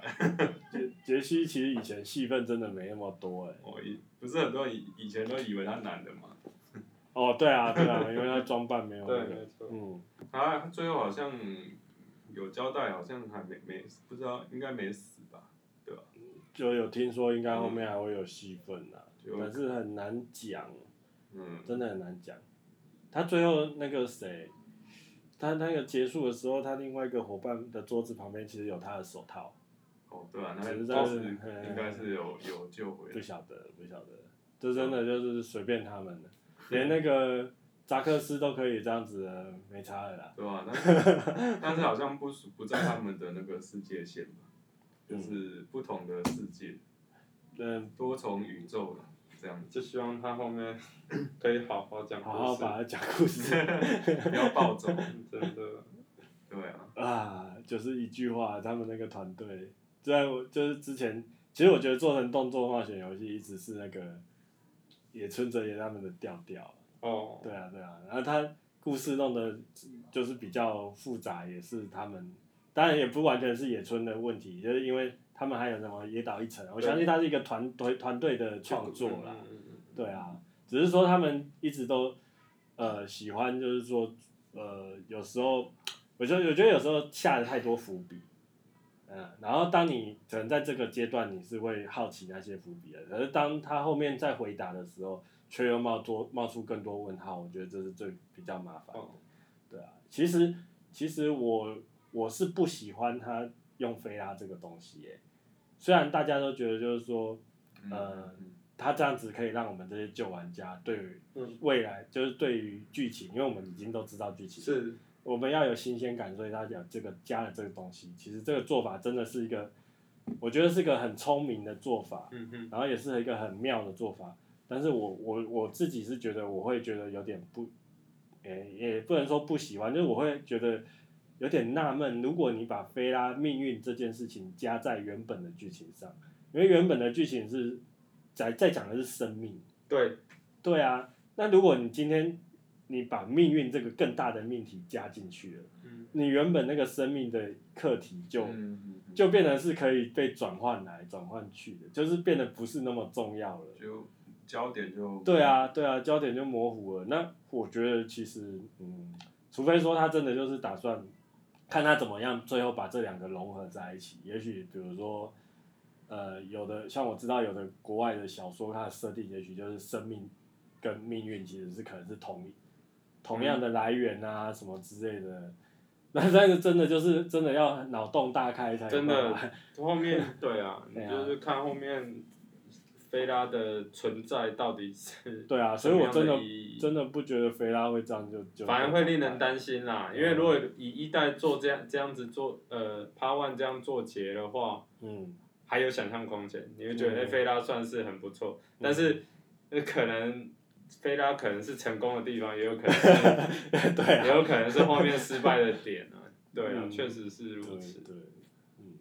[SPEAKER 1] 杰杰西其实以前戏份真的没那么多哎、
[SPEAKER 3] 我以哦不是很多人以以前都以为他男的嘛，
[SPEAKER 1] 哦，对啊对啊，因为她装扮没有
[SPEAKER 2] 对，
[SPEAKER 1] 那个
[SPEAKER 2] 没，错。
[SPEAKER 1] 嗯，
[SPEAKER 3] 他他最后好像有交代，好像还没没不知道应该没死吧？
[SPEAKER 1] 就有听说应该后面还会有戏份啊，
[SPEAKER 3] 就
[SPEAKER 1] 但是很难讲。
[SPEAKER 3] 嗯，
[SPEAKER 1] 真的很难讲。他最后那个谁，他那个结束的时候，他另外一个伙伴的桌子旁边其实有他的手套，
[SPEAKER 3] 哦对啊，那
[SPEAKER 1] 只是在
[SPEAKER 3] 倒是
[SPEAKER 1] 嗯
[SPEAKER 3] 应该是有有救回
[SPEAKER 1] 不
[SPEAKER 3] 来，
[SPEAKER 1] 晓得不晓得，这真的就是随便他们的。连那个扎克斯都可以这样子了，没差了啦。
[SPEAKER 3] 对吧、那但是好像不属不在他们的那个世界线吧，就是不同的世界，
[SPEAKER 1] 嗯，
[SPEAKER 3] 多重宇宙了，这样
[SPEAKER 2] 就希望他后面可以好好讲故
[SPEAKER 1] 好
[SPEAKER 2] 事，嗯
[SPEAKER 1] 好把它讲故事
[SPEAKER 3] 不要暴走，
[SPEAKER 2] 真的。
[SPEAKER 3] 对啊，
[SPEAKER 1] 啊，就是一句话，他们那个团队，在我就是之前，其实我觉得做成动作冒险游戏一直是那个野村哲也他们的调调。
[SPEAKER 2] 哦，
[SPEAKER 1] 对啊，对啊，然后他故事弄得就是比较复杂，也是他们，当然也不完全是野村的问题，就是因为他们还有什么野岛一层，我相信他是一个团团团队的创作啦，
[SPEAKER 2] 嗯，嗯嗯
[SPEAKER 1] 对啊，只是说他们一直都呃喜欢，就是说呃有时候，我觉得我觉得有时候下了太多伏笔。嗯，然后当你可能在这个阶段，你是会好奇那些伏笔的，可是当他后面再回答的时候，却又冒多冒出更多问号，我觉得这是最比较麻烦的。
[SPEAKER 2] 哦
[SPEAKER 1] 对啊，其实其实我我是不喜欢他用菲拉这个东西耶，虽然大家都觉得就是说，
[SPEAKER 3] 嗯
[SPEAKER 1] 呃
[SPEAKER 3] 嗯
[SPEAKER 1] 他这样子可以让我们这些旧玩家对于
[SPEAKER 2] 嗯，
[SPEAKER 1] 未来就是对于剧情，因为我们已经都知道剧情，
[SPEAKER 2] 是，
[SPEAKER 1] 我们要有新鲜感，所以他讲这个加了这个东西，其实这个做法真的是一个，我觉得是一个很聪明的做法，
[SPEAKER 2] 嗯哼，
[SPEAKER 1] 然后也是一个很妙的做法。但是我我我自己是觉得我会觉得有点不，也也不能说不喜欢，就是我会觉得有点纳闷，如果你把菲拉命运这件事情加在原本的剧情上，因为原本的剧情是在在讲的是生命，
[SPEAKER 2] 对，
[SPEAKER 1] 对啊，那如果你今天你把命运这个更大的命题加进去了，
[SPEAKER 2] 嗯，
[SPEAKER 1] 你原本那个生命的课题就、
[SPEAKER 3] 嗯嗯
[SPEAKER 1] 就变成是可以被转换来转换去的，就是变得不是那么重要了。
[SPEAKER 3] 就焦点就
[SPEAKER 1] 对，啊，对啊，焦点就模糊了。那我觉得其实，嗯，除非说他真的就是打算看他怎么样，最后把这两个融合在一起。也许比如说，呃，有的像我知道有的国外的小说，它的设定也许就是生命跟命运其实是可能是同一同样
[SPEAKER 2] 嗯
[SPEAKER 1] 的来源啊，什么之类的。 那但是真的就是真的要脑洞大开才有
[SPEAKER 2] 真的
[SPEAKER 1] 办法
[SPEAKER 2] 后面对啊，你
[SPEAKER 1] 对啊
[SPEAKER 2] 就是看后面菲拉的存在到底是
[SPEAKER 1] 对啊，
[SPEAKER 2] 什
[SPEAKER 1] 所以
[SPEAKER 2] 么
[SPEAKER 1] 我
[SPEAKER 2] 样
[SPEAKER 1] 真的
[SPEAKER 2] 意义
[SPEAKER 1] 真的不觉得菲拉会这样就就
[SPEAKER 2] 反而会令人担心啦，
[SPEAKER 1] 嗯
[SPEAKER 2] 因为如果以一代做这样这样子做，呃 p a One 这样做结的话，
[SPEAKER 1] 嗯。
[SPEAKER 2] 还有想象空间，你会觉得
[SPEAKER 1] 嗯
[SPEAKER 2] 哎，菲拉算是很不错，但是呃可能菲拉可能是成功的地方，也有可 能是
[SPEAKER 1] 对啊
[SPEAKER 2] 也有可能是后面失败的点啊，对啊，
[SPEAKER 1] 嗯
[SPEAKER 2] 确实是如
[SPEAKER 1] 对
[SPEAKER 2] 此，
[SPEAKER 1] 对，嗯。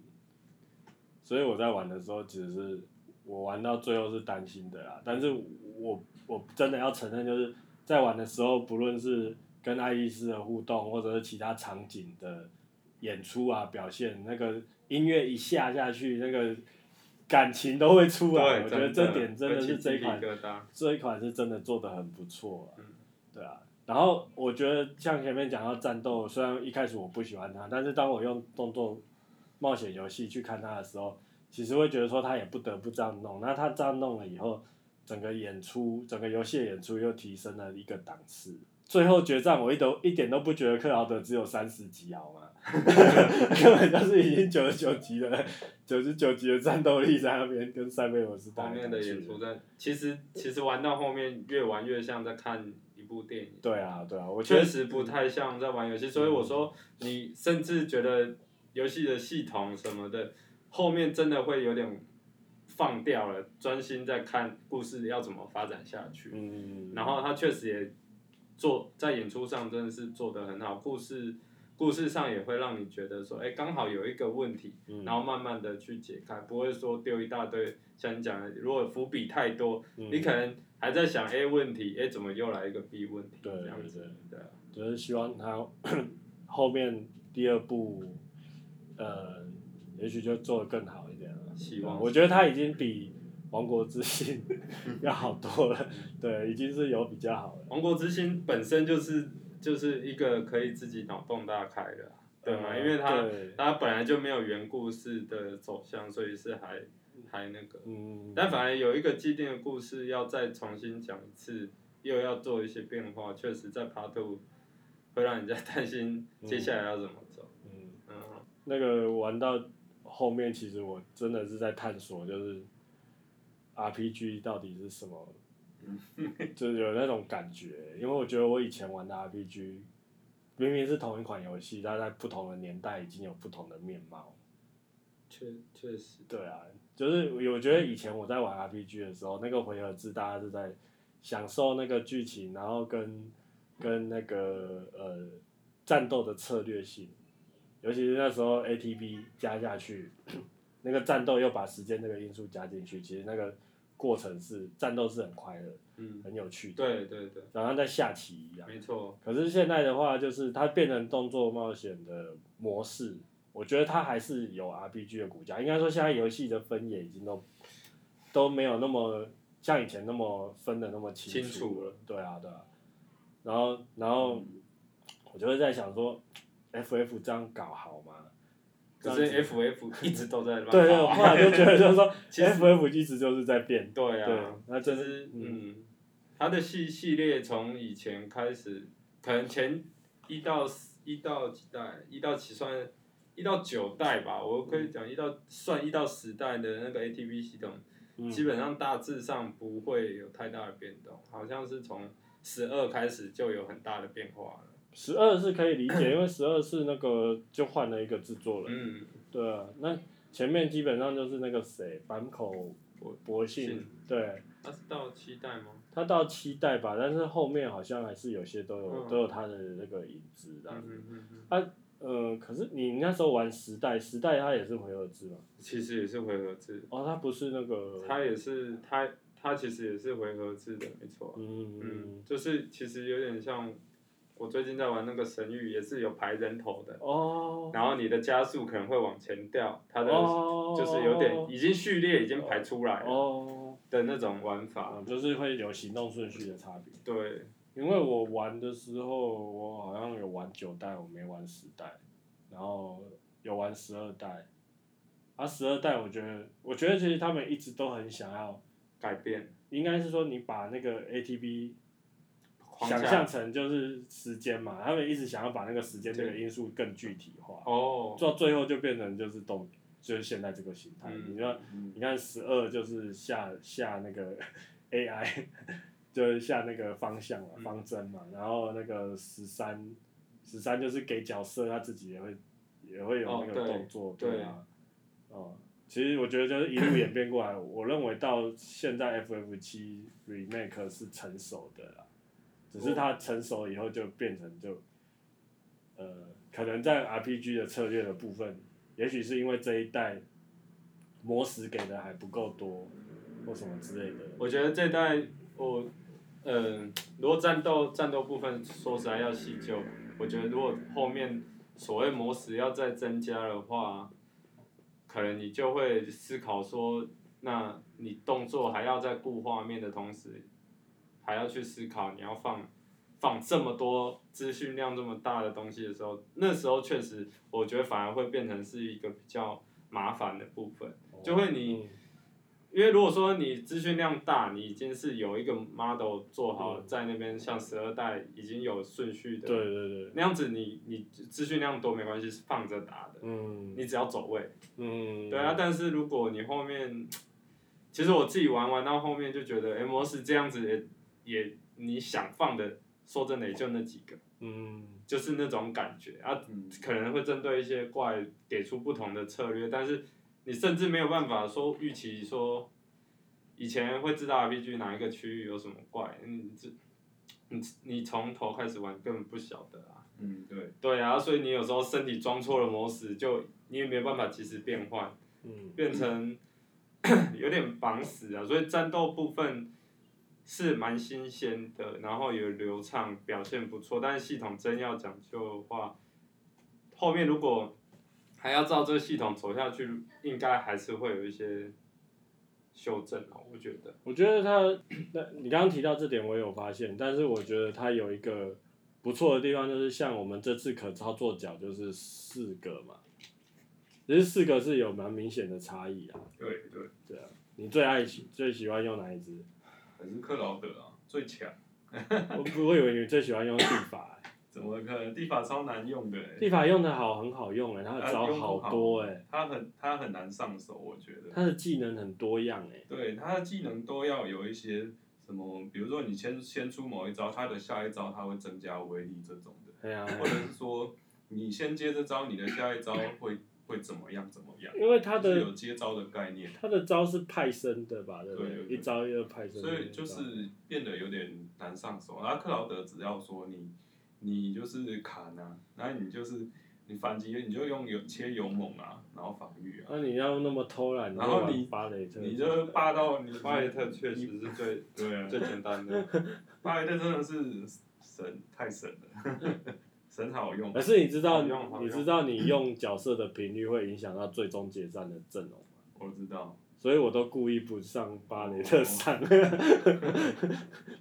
[SPEAKER 1] 所以我在玩的时候，其实是我玩到最后是担心的啦。但是我我真的要承认，就是在玩的时候，不论是跟爱丽丝的互动，或者是其他场景的演出啊、表现，那个音乐一下下去，那个感情都会出来。
[SPEAKER 2] 对，
[SPEAKER 1] 啊我觉得这点真的
[SPEAKER 2] 会
[SPEAKER 1] 是
[SPEAKER 2] 起
[SPEAKER 1] 这一
[SPEAKER 2] 鸡皮
[SPEAKER 1] 款
[SPEAKER 2] 疙瘩，
[SPEAKER 1] 这一款是真的做的很不错、啊
[SPEAKER 2] 嗯，
[SPEAKER 1] 对啊。然后我觉得像前面讲到战斗，虽然一开始我不喜欢它，但是当我用动作冒险游戏去看它的时候，其实会觉得说它也不得不这样弄。那它这样弄了以后，整个演出、整个游戏的演出又提升了一个档次。最后决战，我一都一点都不觉得克劳德只有三十级好吗？ 根本就是已经九十九级了，九十九级的战斗力在那边跟塞贝罗斯打
[SPEAKER 2] 后
[SPEAKER 1] 来
[SPEAKER 2] 面
[SPEAKER 1] 打
[SPEAKER 2] 的
[SPEAKER 1] 去
[SPEAKER 2] 演出在，其实其实玩到后面越玩越像在看一部电影，
[SPEAKER 1] 对啊，对啊，我觉
[SPEAKER 2] 确
[SPEAKER 1] 得
[SPEAKER 2] 实不太像在玩游戏，所以我说你甚至觉得游戏的系统什么的，后面真的会有点放掉了，专心在看故事要怎么发展下去。
[SPEAKER 1] 嗯，
[SPEAKER 2] 然后他确实也做在演出上真的是做得很好，故事故事上也会让你觉得说，哎，刚好有一个问题，
[SPEAKER 1] 嗯
[SPEAKER 2] 然后慢慢的去解开，不会说丢一大堆。像你讲的，如果伏笔太多，
[SPEAKER 1] 嗯
[SPEAKER 2] 你可能还在想 A 问题，哎，怎么又来一个 B 问题？
[SPEAKER 1] 对
[SPEAKER 2] 这样子对啊
[SPEAKER 1] 就是希望他 后面第二部，呃，也许就做得更好一点了。啊
[SPEAKER 2] 希望
[SPEAKER 1] 我觉得他已经比《王国之心》 要好多了，
[SPEAKER 2] 嗯
[SPEAKER 1] 对，已经是有比较好了。
[SPEAKER 2] 王国之心本身就是就是一个可以自己脑洞大开的啊，对吗？
[SPEAKER 1] 呃
[SPEAKER 2] 因为它
[SPEAKER 1] 对
[SPEAKER 2] 它本来就没有原故事的走向，所以是还还那个。
[SPEAKER 1] 嗯，
[SPEAKER 2] 但反而有一个既定的故事要再重新讲一次，又要做一些变化，确实在 Part Two 会让人家担心接下来要怎么走。
[SPEAKER 1] 嗯，
[SPEAKER 2] 嗯，
[SPEAKER 1] 那个玩到后面，其实我真的是在探索，就是 RPG 到底是什么就是有那种感觉，因为我觉得我以前玩的 RPG，明明是同一款游戏，但在不同的年代已经有不同的面貌。
[SPEAKER 2] 确确实，
[SPEAKER 1] 对啊，就是我觉得以前我在玩 RPG 的时候，那个回合制大家是在享受那个剧情，然后跟跟那个呃战斗的策略性，尤其是那时候 ATB 加下去， 那个战斗又把时间这个因素加进去，其实那个过程是战斗是很快乐、
[SPEAKER 2] 嗯，
[SPEAKER 1] 很有趣的，
[SPEAKER 2] 对对对，
[SPEAKER 1] 好像在下棋一样。
[SPEAKER 2] 没错，
[SPEAKER 1] 可是现在的话，就是它变成动作冒险的模式，我觉得它还是有 RPG 的骨架。应该说，现在游戏的分野已经都都没有那么像以前那么分的那么清
[SPEAKER 2] 清楚了
[SPEAKER 1] 对啊，对啊。然后，然后、我就会在想说，FF 这样搞好吗？
[SPEAKER 2] 可是 F F 一直都 在乱
[SPEAKER 1] 对对，
[SPEAKER 2] 搞
[SPEAKER 1] 我
[SPEAKER 2] 啊
[SPEAKER 1] 后来就觉得就是说
[SPEAKER 2] 其实
[SPEAKER 1] ，FF 一直就是在变。
[SPEAKER 2] 对
[SPEAKER 1] 对
[SPEAKER 2] 啊，
[SPEAKER 1] 那
[SPEAKER 2] 就
[SPEAKER 1] 真
[SPEAKER 2] 是
[SPEAKER 1] 嗯
[SPEAKER 2] 嗯，它的系系列从以前开始，可能前一到四一到几代，一到几算一到九代吧，我可以讲一到算一到十代的那个 ATV 系统，
[SPEAKER 1] 嗯，
[SPEAKER 2] 基本上大致上不会有太大的变动，好像是从十二开始就有很大的变化了。嗯
[SPEAKER 1] 十二是可以理解，因为十二是那个就换了一个制作人。
[SPEAKER 2] 嗯，
[SPEAKER 1] 对啊，那前面基本上就是那个谁，坂口
[SPEAKER 2] 博
[SPEAKER 1] 博信
[SPEAKER 2] 信，
[SPEAKER 1] 对
[SPEAKER 2] 它是到七代吗？
[SPEAKER 1] 他到七代吧，但是后面好像还是有些都有、
[SPEAKER 2] 嗯
[SPEAKER 1] 都有他的那个影子这
[SPEAKER 2] 嗯
[SPEAKER 1] 样子。
[SPEAKER 2] 嗯嗯嗯，
[SPEAKER 1] 呃，可是你那时候玩时代，时代它也是回合制嘛？
[SPEAKER 2] 其实也是回合制，
[SPEAKER 1] 哦，它不是那个，
[SPEAKER 2] 它也是它它其实也是回合制的，没错。
[SPEAKER 1] 嗯
[SPEAKER 2] 嗯
[SPEAKER 1] 嗯，
[SPEAKER 2] 就是其实有点像我最近在玩那个神域，也是有排人头的，
[SPEAKER 1] 哦，
[SPEAKER 2] 然后你的加速可能会往前掉，它的
[SPEAKER 1] 哦，
[SPEAKER 2] 就是有点已经序列已经排出来了
[SPEAKER 1] 哦，
[SPEAKER 2] 的那种玩法。
[SPEAKER 1] 嗯就是会有行动顺序的差别。
[SPEAKER 2] 对，
[SPEAKER 1] 因为我玩的时候，我好像有玩九代，我没玩十代，然后有玩十二代。啊，十二代我觉得，我觉得其实他们一直都很想要，
[SPEAKER 2] 改变
[SPEAKER 1] 应该是说你把那个 ATB
[SPEAKER 2] 框
[SPEAKER 1] 想象
[SPEAKER 2] 架
[SPEAKER 1] 成就是时间嘛，他们一直想要把那个时间这个因素更具体化，
[SPEAKER 2] 哦，
[SPEAKER 1] 到最后就变成就是动，就是现在这个形态。
[SPEAKER 2] 嗯
[SPEAKER 1] 你说
[SPEAKER 3] 嗯
[SPEAKER 1] 你看十二就是下下那个 AI，就是 下那个方向嘛，
[SPEAKER 2] 嗯
[SPEAKER 1] 方针嘛，然后那个十三，十三就是给角色他自己也会也会有
[SPEAKER 2] 哦
[SPEAKER 1] 那个
[SPEAKER 2] 对
[SPEAKER 1] 动作，
[SPEAKER 2] 对
[SPEAKER 1] 啊，哦、其实我觉得就是一路演变过来，我认为到现在 FF 七 remake 是成熟的啦，只
[SPEAKER 2] 哦
[SPEAKER 1] 是它成熟以后就变成就，呃，可能在 RPG 的策略的部分，也许是因为这一代魔石给的还不够多，或什么之类的。
[SPEAKER 2] 我觉得这代我，嗯、如果战斗战斗部分说实在要细究，我觉得如果后面所谓魔石要再增加的话，可能你就会思考说，那你动作还要在顾画面的同时，还要去思考你要放放这么多资讯量这么大的东西的时候，那时候确实我觉得反而会变成是一个比较麻烦的部分。就
[SPEAKER 1] 哦
[SPEAKER 2] 会
[SPEAKER 1] 嗯
[SPEAKER 2] 你因为如果说你资讯量大，你已经是有一个 model 做好，
[SPEAKER 1] 嗯
[SPEAKER 2] 在那边像十二代已经有顺序的，
[SPEAKER 1] 对对对，
[SPEAKER 2] 那样子你你资讯量多没关系，是放着打的，
[SPEAKER 1] 嗯
[SPEAKER 2] 你只要走位。
[SPEAKER 1] 嗯，
[SPEAKER 2] 对啊，但是如果你后面，其实我自己玩玩到后面就觉得，哎、模式这样子也也你想放的，说真的也就那几个，
[SPEAKER 1] 嗯
[SPEAKER 2] 就是那种感觉啊，
[SPEAKER 3] 嗯
[SPEAKER 2] 可能会针对一些怪给出不同的策略，但是你甚至没有办法说预期说，以前会知道 RPG 哪一个区域有什么怪，你这你你从头开始玩根本不晓得啊。
[SPEAKER 3] 嗯，对，
[SPEAKER 2] 对啊，所以你有时候身体装错了模式，就你也没办法及时变换，
[SPEAKER 1] 嗯
[SPEAKER 2] 变成 有点绑死啊。所以战斗部分是蛮新鲜的，然后也流畅，表现不错。但是系统真要讲究的话，后面如果还要照这个系统走下去，应该还是会有一些修正啊，我觉得。
[SPEAKER 1] 我觉得他，那你刚刚提到这点，我有发现，但是我觉得他有一个不错的地方，就是像我们这次可操作角就是四个嘛，其实四个是有蛮明显的差异啊。
[SPEAKER 3] 对对，
[SPEAKER 1] 对啊，你最爱喜最喜欢用哪一只？
[SPEAKER 3] 还是克劳德啊，最强，
[SPEAKER 1] 我我以为你最喜欢用地法、欸，
[SPEAKER 3] 怎么可能？地法超难用的、欸，
[SPEAKER 1] 地法用的好，很好用哎、欸，它的
[SPEAKER 3] 啊
[SPEAKER 1] 招
[SPEAKER 3] 用不
[SPEAKER 1] 好多哎、
[SPEAKER 3] 他很他很难上手，我觉得。
[SPEAKER 1] 它的技能很多样哎、
[SPEAKER 3] 对，他的技能都要有一些什么，比如说你先先出某一招，它的下一招它会增加威力这种的，
[SPEAKER 1] 哎呀，
[SPEAKER 3] 或者是说你先接这招，你的下一招会会怎么样怎么样，
[SPEAKER 1] 因为他
[SPEAKER 3] 就是
[SPEAKER 1] 的
[SPEAKER 3] 有接招的概念，
[SPEAKER 1] 他的招是派生的吧，对不
[SPEAKER 3] 对对对
[SPEAKER 1] 一招又派生的那
[SPEAKER 3] 所
[SPEAKER 1] 种，
[SPEAKER 3] 以就是变得有点难上手。然后克劳德只要说你你就是砍啊，然后你就是你反击，你就用勇切勇猛啊，然后防御啊，
[SPEAKER 1] 那你要那么偷懒，
[SPEAKER 3] 然后
[SPEAKER 1] 就玩
[SPEAKER 3] 你
[SPEAKER 1] 芭蕾特，
[SPEAKER 3] 你就霸到你
[SPEAKER 2] 巴雷特确实是最
[SPEAKER 3] 对啊，
[SPEAKER 2] 最简单的，
[SPEAKER 3] 巴雷特真的是神，太神了， 神好用。
[SPEAKER 1] 可是你知道
[SPEAKER 2] 好用好
[SPEAKER 1] 你
[SPEAKER 2] 用
[SPEAKER 1] 知道你用角色的频率会影响到最终决战的阵容吗？
[SPEAKER 3] 我知道，
[SPEAKER 1] 所以我都故意不上芭蕾特上，
[SPEAKER 3] 哦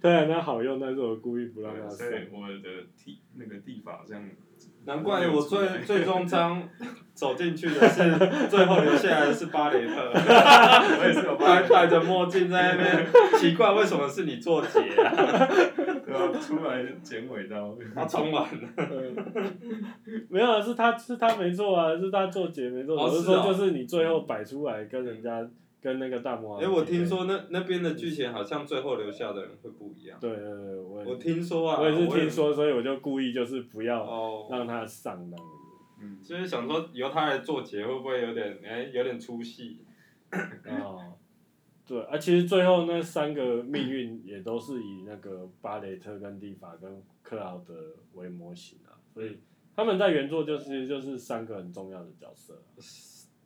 [SPEAKER 1] 当然它好用，但是我故意不让它
[SPEAKER 3] 对，
[SPEAKER 1] 上
[SPEAKER 3] 所。以我的地那个地法好像
[SPEAKER 2] 难怪我最 最终章走进去的是 最后留下来的是巴雷特，啊
[SPEAKER 3] 我也是有巴
[SPEAKER 2] 还
[SPEAKER 3] 雷特，
[SPEAKER 2] 戴着墨镜在那边，奇怪为什么是你做结啊？
[SPEAKER 3] 对啊，出来剪尾刀，
[SPEAKER 2] 他冲完了，
[SPEAKER 1] 没有，啊，是他是他没错啊，是他做结没错。
[SPEAKER 2] 哦
[SPEAKER 1] 我是
[SPEAKER 2] 是
[SPEAKER 1] 说，
[SPEAKER 2] 哦
[SPEAKER 1] 就是你最后摆出来跟人家跟那个大魔王。
[SPEAKER 2] 哎，我听，说那那边的剧情好像最后留下的人会不一样，
[SPEAKER 1] 对对对，我
[SPEAKER 2] 我
[SPEAKER 1] 也
[SPEAKER 2] 听说啊，
[SPEAKER 1] 我也是听说，所以我就故意就是不要
[SPEAKER 2] 哦，
[SPEAKER 1] 让他上那个。
[SPEAKER 3] 嗯，
[SPEAKER 2] 就是想说由他来做结会不会有点哎、有点出戏？
[SPEAKER 1] 哦，对啊，其实最后那三个命运也都是以那个巴雷特跟蒂法跟克劳德为模型啊，所以他们在原作就是就是三个很重要的角色啊、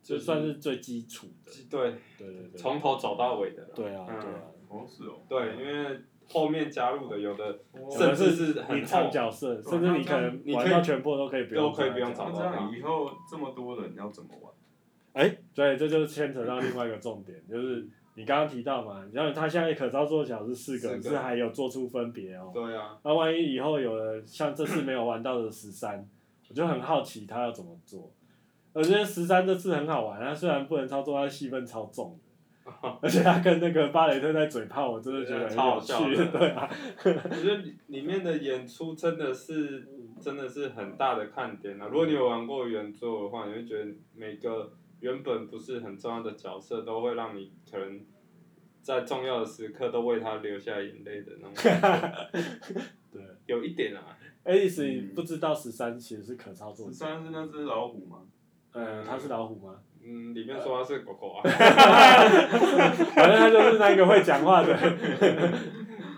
[SPEAKER 1] 就算是最基础的，
[SPEAKER 2] 对，
[SPEAKER 1] 对对对，
[SPEAKER 2] 从头走到尾的啦。
[SPEAKER 1] 对啊
[SPEAKER 2] 嗯
[SPEAKER 1] 对啊，
[SPEAKER 3] 哦是哦，
[SPEAKER 2] 对，因为后面加入的有的
[SPEAKER 3] 哦
[SPEAKER 1] 甚
[SPEAKER 2] 甚
[SPEAKER 1] 至
[SPEAKER 2] 至是
[SPEAKER 1] 隐
[SPEAKER 2] 很
[SPEAKER 1] 藏
[SPEAKER 2] 厚，
[SPEAKER 1] 角色，
[SPEAKER 3] 对
[SPEAKER 1] 甚至你可
[SPEAKER 3] 那
[SPEAKER 1] 能
[SPEAKER 2] 你
[SPEAKER 1] 玩
[SPEAKER 2] 可以
[SPEAKER 1] 到全部都可以不用
[SPEAKER 2] 都可以不用
[SPEAKER 1] 找
[SPEAKER 3] 那
[SPEAKER 2] 找
[SPEAKER 1] 到。
[SPEAKER 3] 这样以后这么多人要怎么玩？
[SPEAKER 1] 哎，对，这就牵扯到另外一个重点，就是你刚刚提到嘛，你像他现在可操作小是四个，
[SPEAKER 2] 四个
[SPEAKER 1] 是还有做出分别哦。
[SPEAKER 2] 对啊，
[SPEAKER 1] 那万一以后有了像这次没有玩到的十三，我就很好奇他要怎么做。我觉得十三这次很好玩，他虽然不能操作，他戏份超重 的，而且他跟那个巴雷特在嘴炮，我真的觉得很
[SPEAKER 2] 超
[SPEAKER 1] 有
[SPEAKER 2] 好笑
[SPEAKER 1] 趣，
[SPEAKER 2] 的
[SPEAKER 1] 对啊，
[SPEAKER 2] 我觉得里里面的演出真的是真的是很大的看点啊！如果你有玩过原作的话，你会觉得每个原本不是很重要的角色，都会让你可能在重要的时刻都为他流下眼泪的那种 感觉，
[SPEAKER 1] 对。
[SPEAKER 2] 有一点啊，
[SPEAKER 1] 爱丽丝你不知道十三其实是可操作
[SPEAKER 3] 十
[SPEAKER 1] 的，
[SPEAKER 3] 三是那只老虎吗？
[SPEAKER 1] 呃，他是老虎吗？
[SPEAKER 2] 嗯，里面说他是狗狗啊，
[SPEAKER 1] 反正他就是那个会讲话的，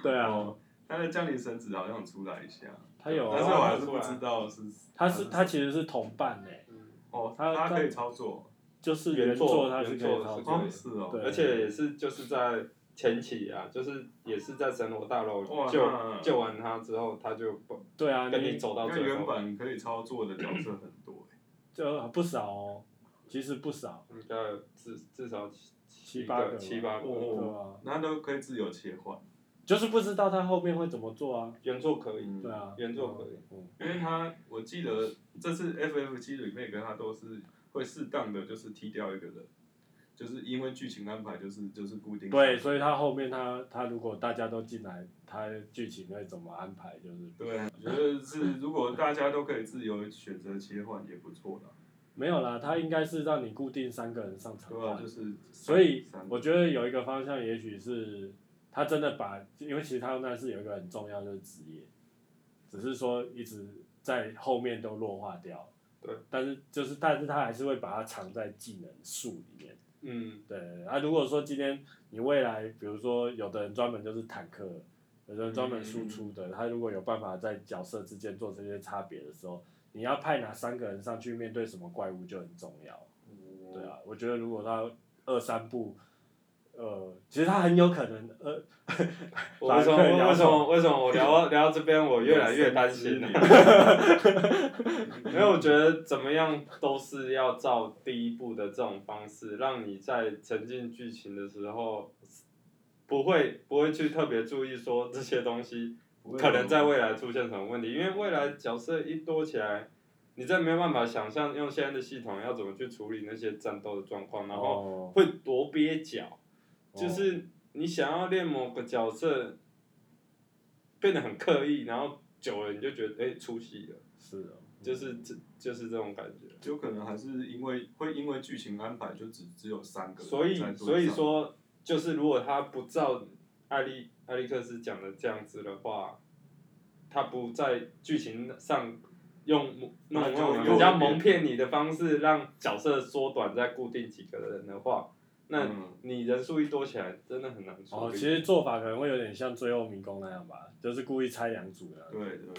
[SPEAKER 1] 对啊，
[SPEAKER 3] 哦，他的降临神子好像有出来一下，
[SPEAKER 1] 他有
[SPEAKER 3] 但
[SPEAKER 1] 啊，
[SPEAKER 3] 是我还是不知道是
[SPEAKER 1] 他是他其实是同伴诶，
[SPEAKER 3] 哦，
[SPEAKER 1] 他
[SPEAKER 3] 他可以操作，
[SPEAKER 1] 就是
[SPEAKER 2] 原
[SPEAKER 1] 原
[SPEAKER 2] 作
[SPEAKER 1] 作他是
[SPEAKER 2] 原
[SPEAKER 1] 可以
[SPEAKER 2] 作
[SPEAKER 1] 操
[SPEAKER 2] 是
[SPEAKER 1] 作
[SPEAKER 2] 可
[SPEAKER 1] 的
[SPEAKER 3] 哦
[SPEAKER 2] 以，
[SPEAKER 3] 是哦，
[SPEAKER 1] 对
[SPEAKER 2] 而且也是就是在前期啊，就是也是在神罗大楼
[SPEAKER 3] 哇
[SPEAKER 2] 救
[SPEAKER 3] 那
[SPEAKER 2] 救完他之后，他就不
[SPEAKER 1] 对啊，
[SPEAKER 2] 跟你走到
[SPEAKER 3] 因为
[SPEAKER 2] 最
[SPEAKER 3] 原
[SPEAKER 2] 后，
[SPEAKER 3] 本可以操作的角色很多，欸
[SPEAKER 1] 就不少哦，其实不少，
[SPEAKER 2] 应该有至至少七
[SPEAKER 1] 七
[SPEAKER 2] 七
[SPEAKER 1] 八个吧
[SPEAKER 2] 个七八
[SPEAKER 3] 哦
[SPEAKER 2] 个
[SPEAKER 1] 对啊，
[SPEAKER 2] 嗯
[SPEAKER 3] 那都可以自由切换，
[SPEAKER 1] 就是不知道他后面会怎么做啊，
[SPEAKER 2] 原作可以，
[SPEAKER 3] 嗯
[SPEAKER 1] 对啊，
[SPEAKER 2] 原作可以，
[SPEAKER 1] 嗯，
[SPEAKER 3] 因为他我记得这次 FF 七里面跟他都是会适当的就是踢掉一个人，就是因为剧情安排就是就是固定
[SPEAKER 1] 对，所以他后面他他如果大家都进来，他剧情会怎么安排，就是
[SPEAKER 3] 对，啊我觉得是如果大家都可以自由选择切换也不错啦，
[SPEAKER 1] 没有啦，他应该是让你固定三个人上场
[SPEAKER 2] 啊
[SPEAKER 3] 对吧？啊
[SPEAKER 1] 换
[SPEAKER 3] 就。是
[SPEAKER 1] 所以
[SPEAKER 3] 三
[SPEAKER 1] 我觉得有一个方向，也许是他真的把，因为其实他那是有一个很重要就是职业，只是说一直在后面都弱化掉。
[SPEAKER 2] 对，
[SPEAKER 1] 但是就是，但是他还是会把它藏在技能树里面。
[SPEAKER 2] 嗯，
[SPEAKER 1] 对，啊，如果说今天你未来，比如说有的人专门就是坦克，有的人专门输出的，他如果有办法在角色之间做这些差别的时候，你要派哪三个人上去面对什么怪物就很重要。对啊，我觉得如果他二三部，呃，其实他很有可能，呃，
[SPEAKER 2] 我为
[SPEAKER 1] 反
[SPEAKER 2] 什么
[SPEAKER 1] 正可以
[SPEAKER 2] 为什么为什么我聊 到聊到这边我越来越担心了？因为我觉得怎么样都是要照第一步的这种方式，让你在沉浸剧情的时候，不会不会去特别注意说这些东西
[SPEAKER 3] 不会啊
[SPEAKER 2] 可能在未来出现什么问题，因为未来角色一多起来，你再没有办法想象用现在的系统要怎么去处理那些战斗的状况，然后
[SPEAKER 1] 哦，
[SPEAKER 2] 会多憋脚。
[SPEAKER 1] 哦
[SPEAKER 2] 就是你想要练某个角色，变得很刻意，然后久了你就觉得哎、出戏了，
[SPEAKER 1] 是哦，
[SPEAKER 2] 就是这就是这种感觉。
[SPEAKER 3] 有可能还是因为会因为剧情安排就只只有三个人
[SPEAKER 2] 所以
[SPEAKER 3] 在桌上
[SPEAKER 2] 所以说，就是如果他不照艾利艾利克斯讲的这样子的话，他不在剧情上用那
[SPEAKER 3] 那就
[SPEAKER 2] 种
[SPEAKER 3] 有
[SPEAKER 2] 比较蒙骗你的方式让角色缩短在固定几个人的话，那
[SPEAKER 3] 嗯
[SPEAKER 2] 你人数一多起来，真的很难处
[SPEAKER 1] 哦，
[SPEAKER 2] 理。
[SPEAKER 1] 其实做法可能会有点像最后迷宫那样吧，就是故意拆两组的，
[SPEAKER 3] 对对，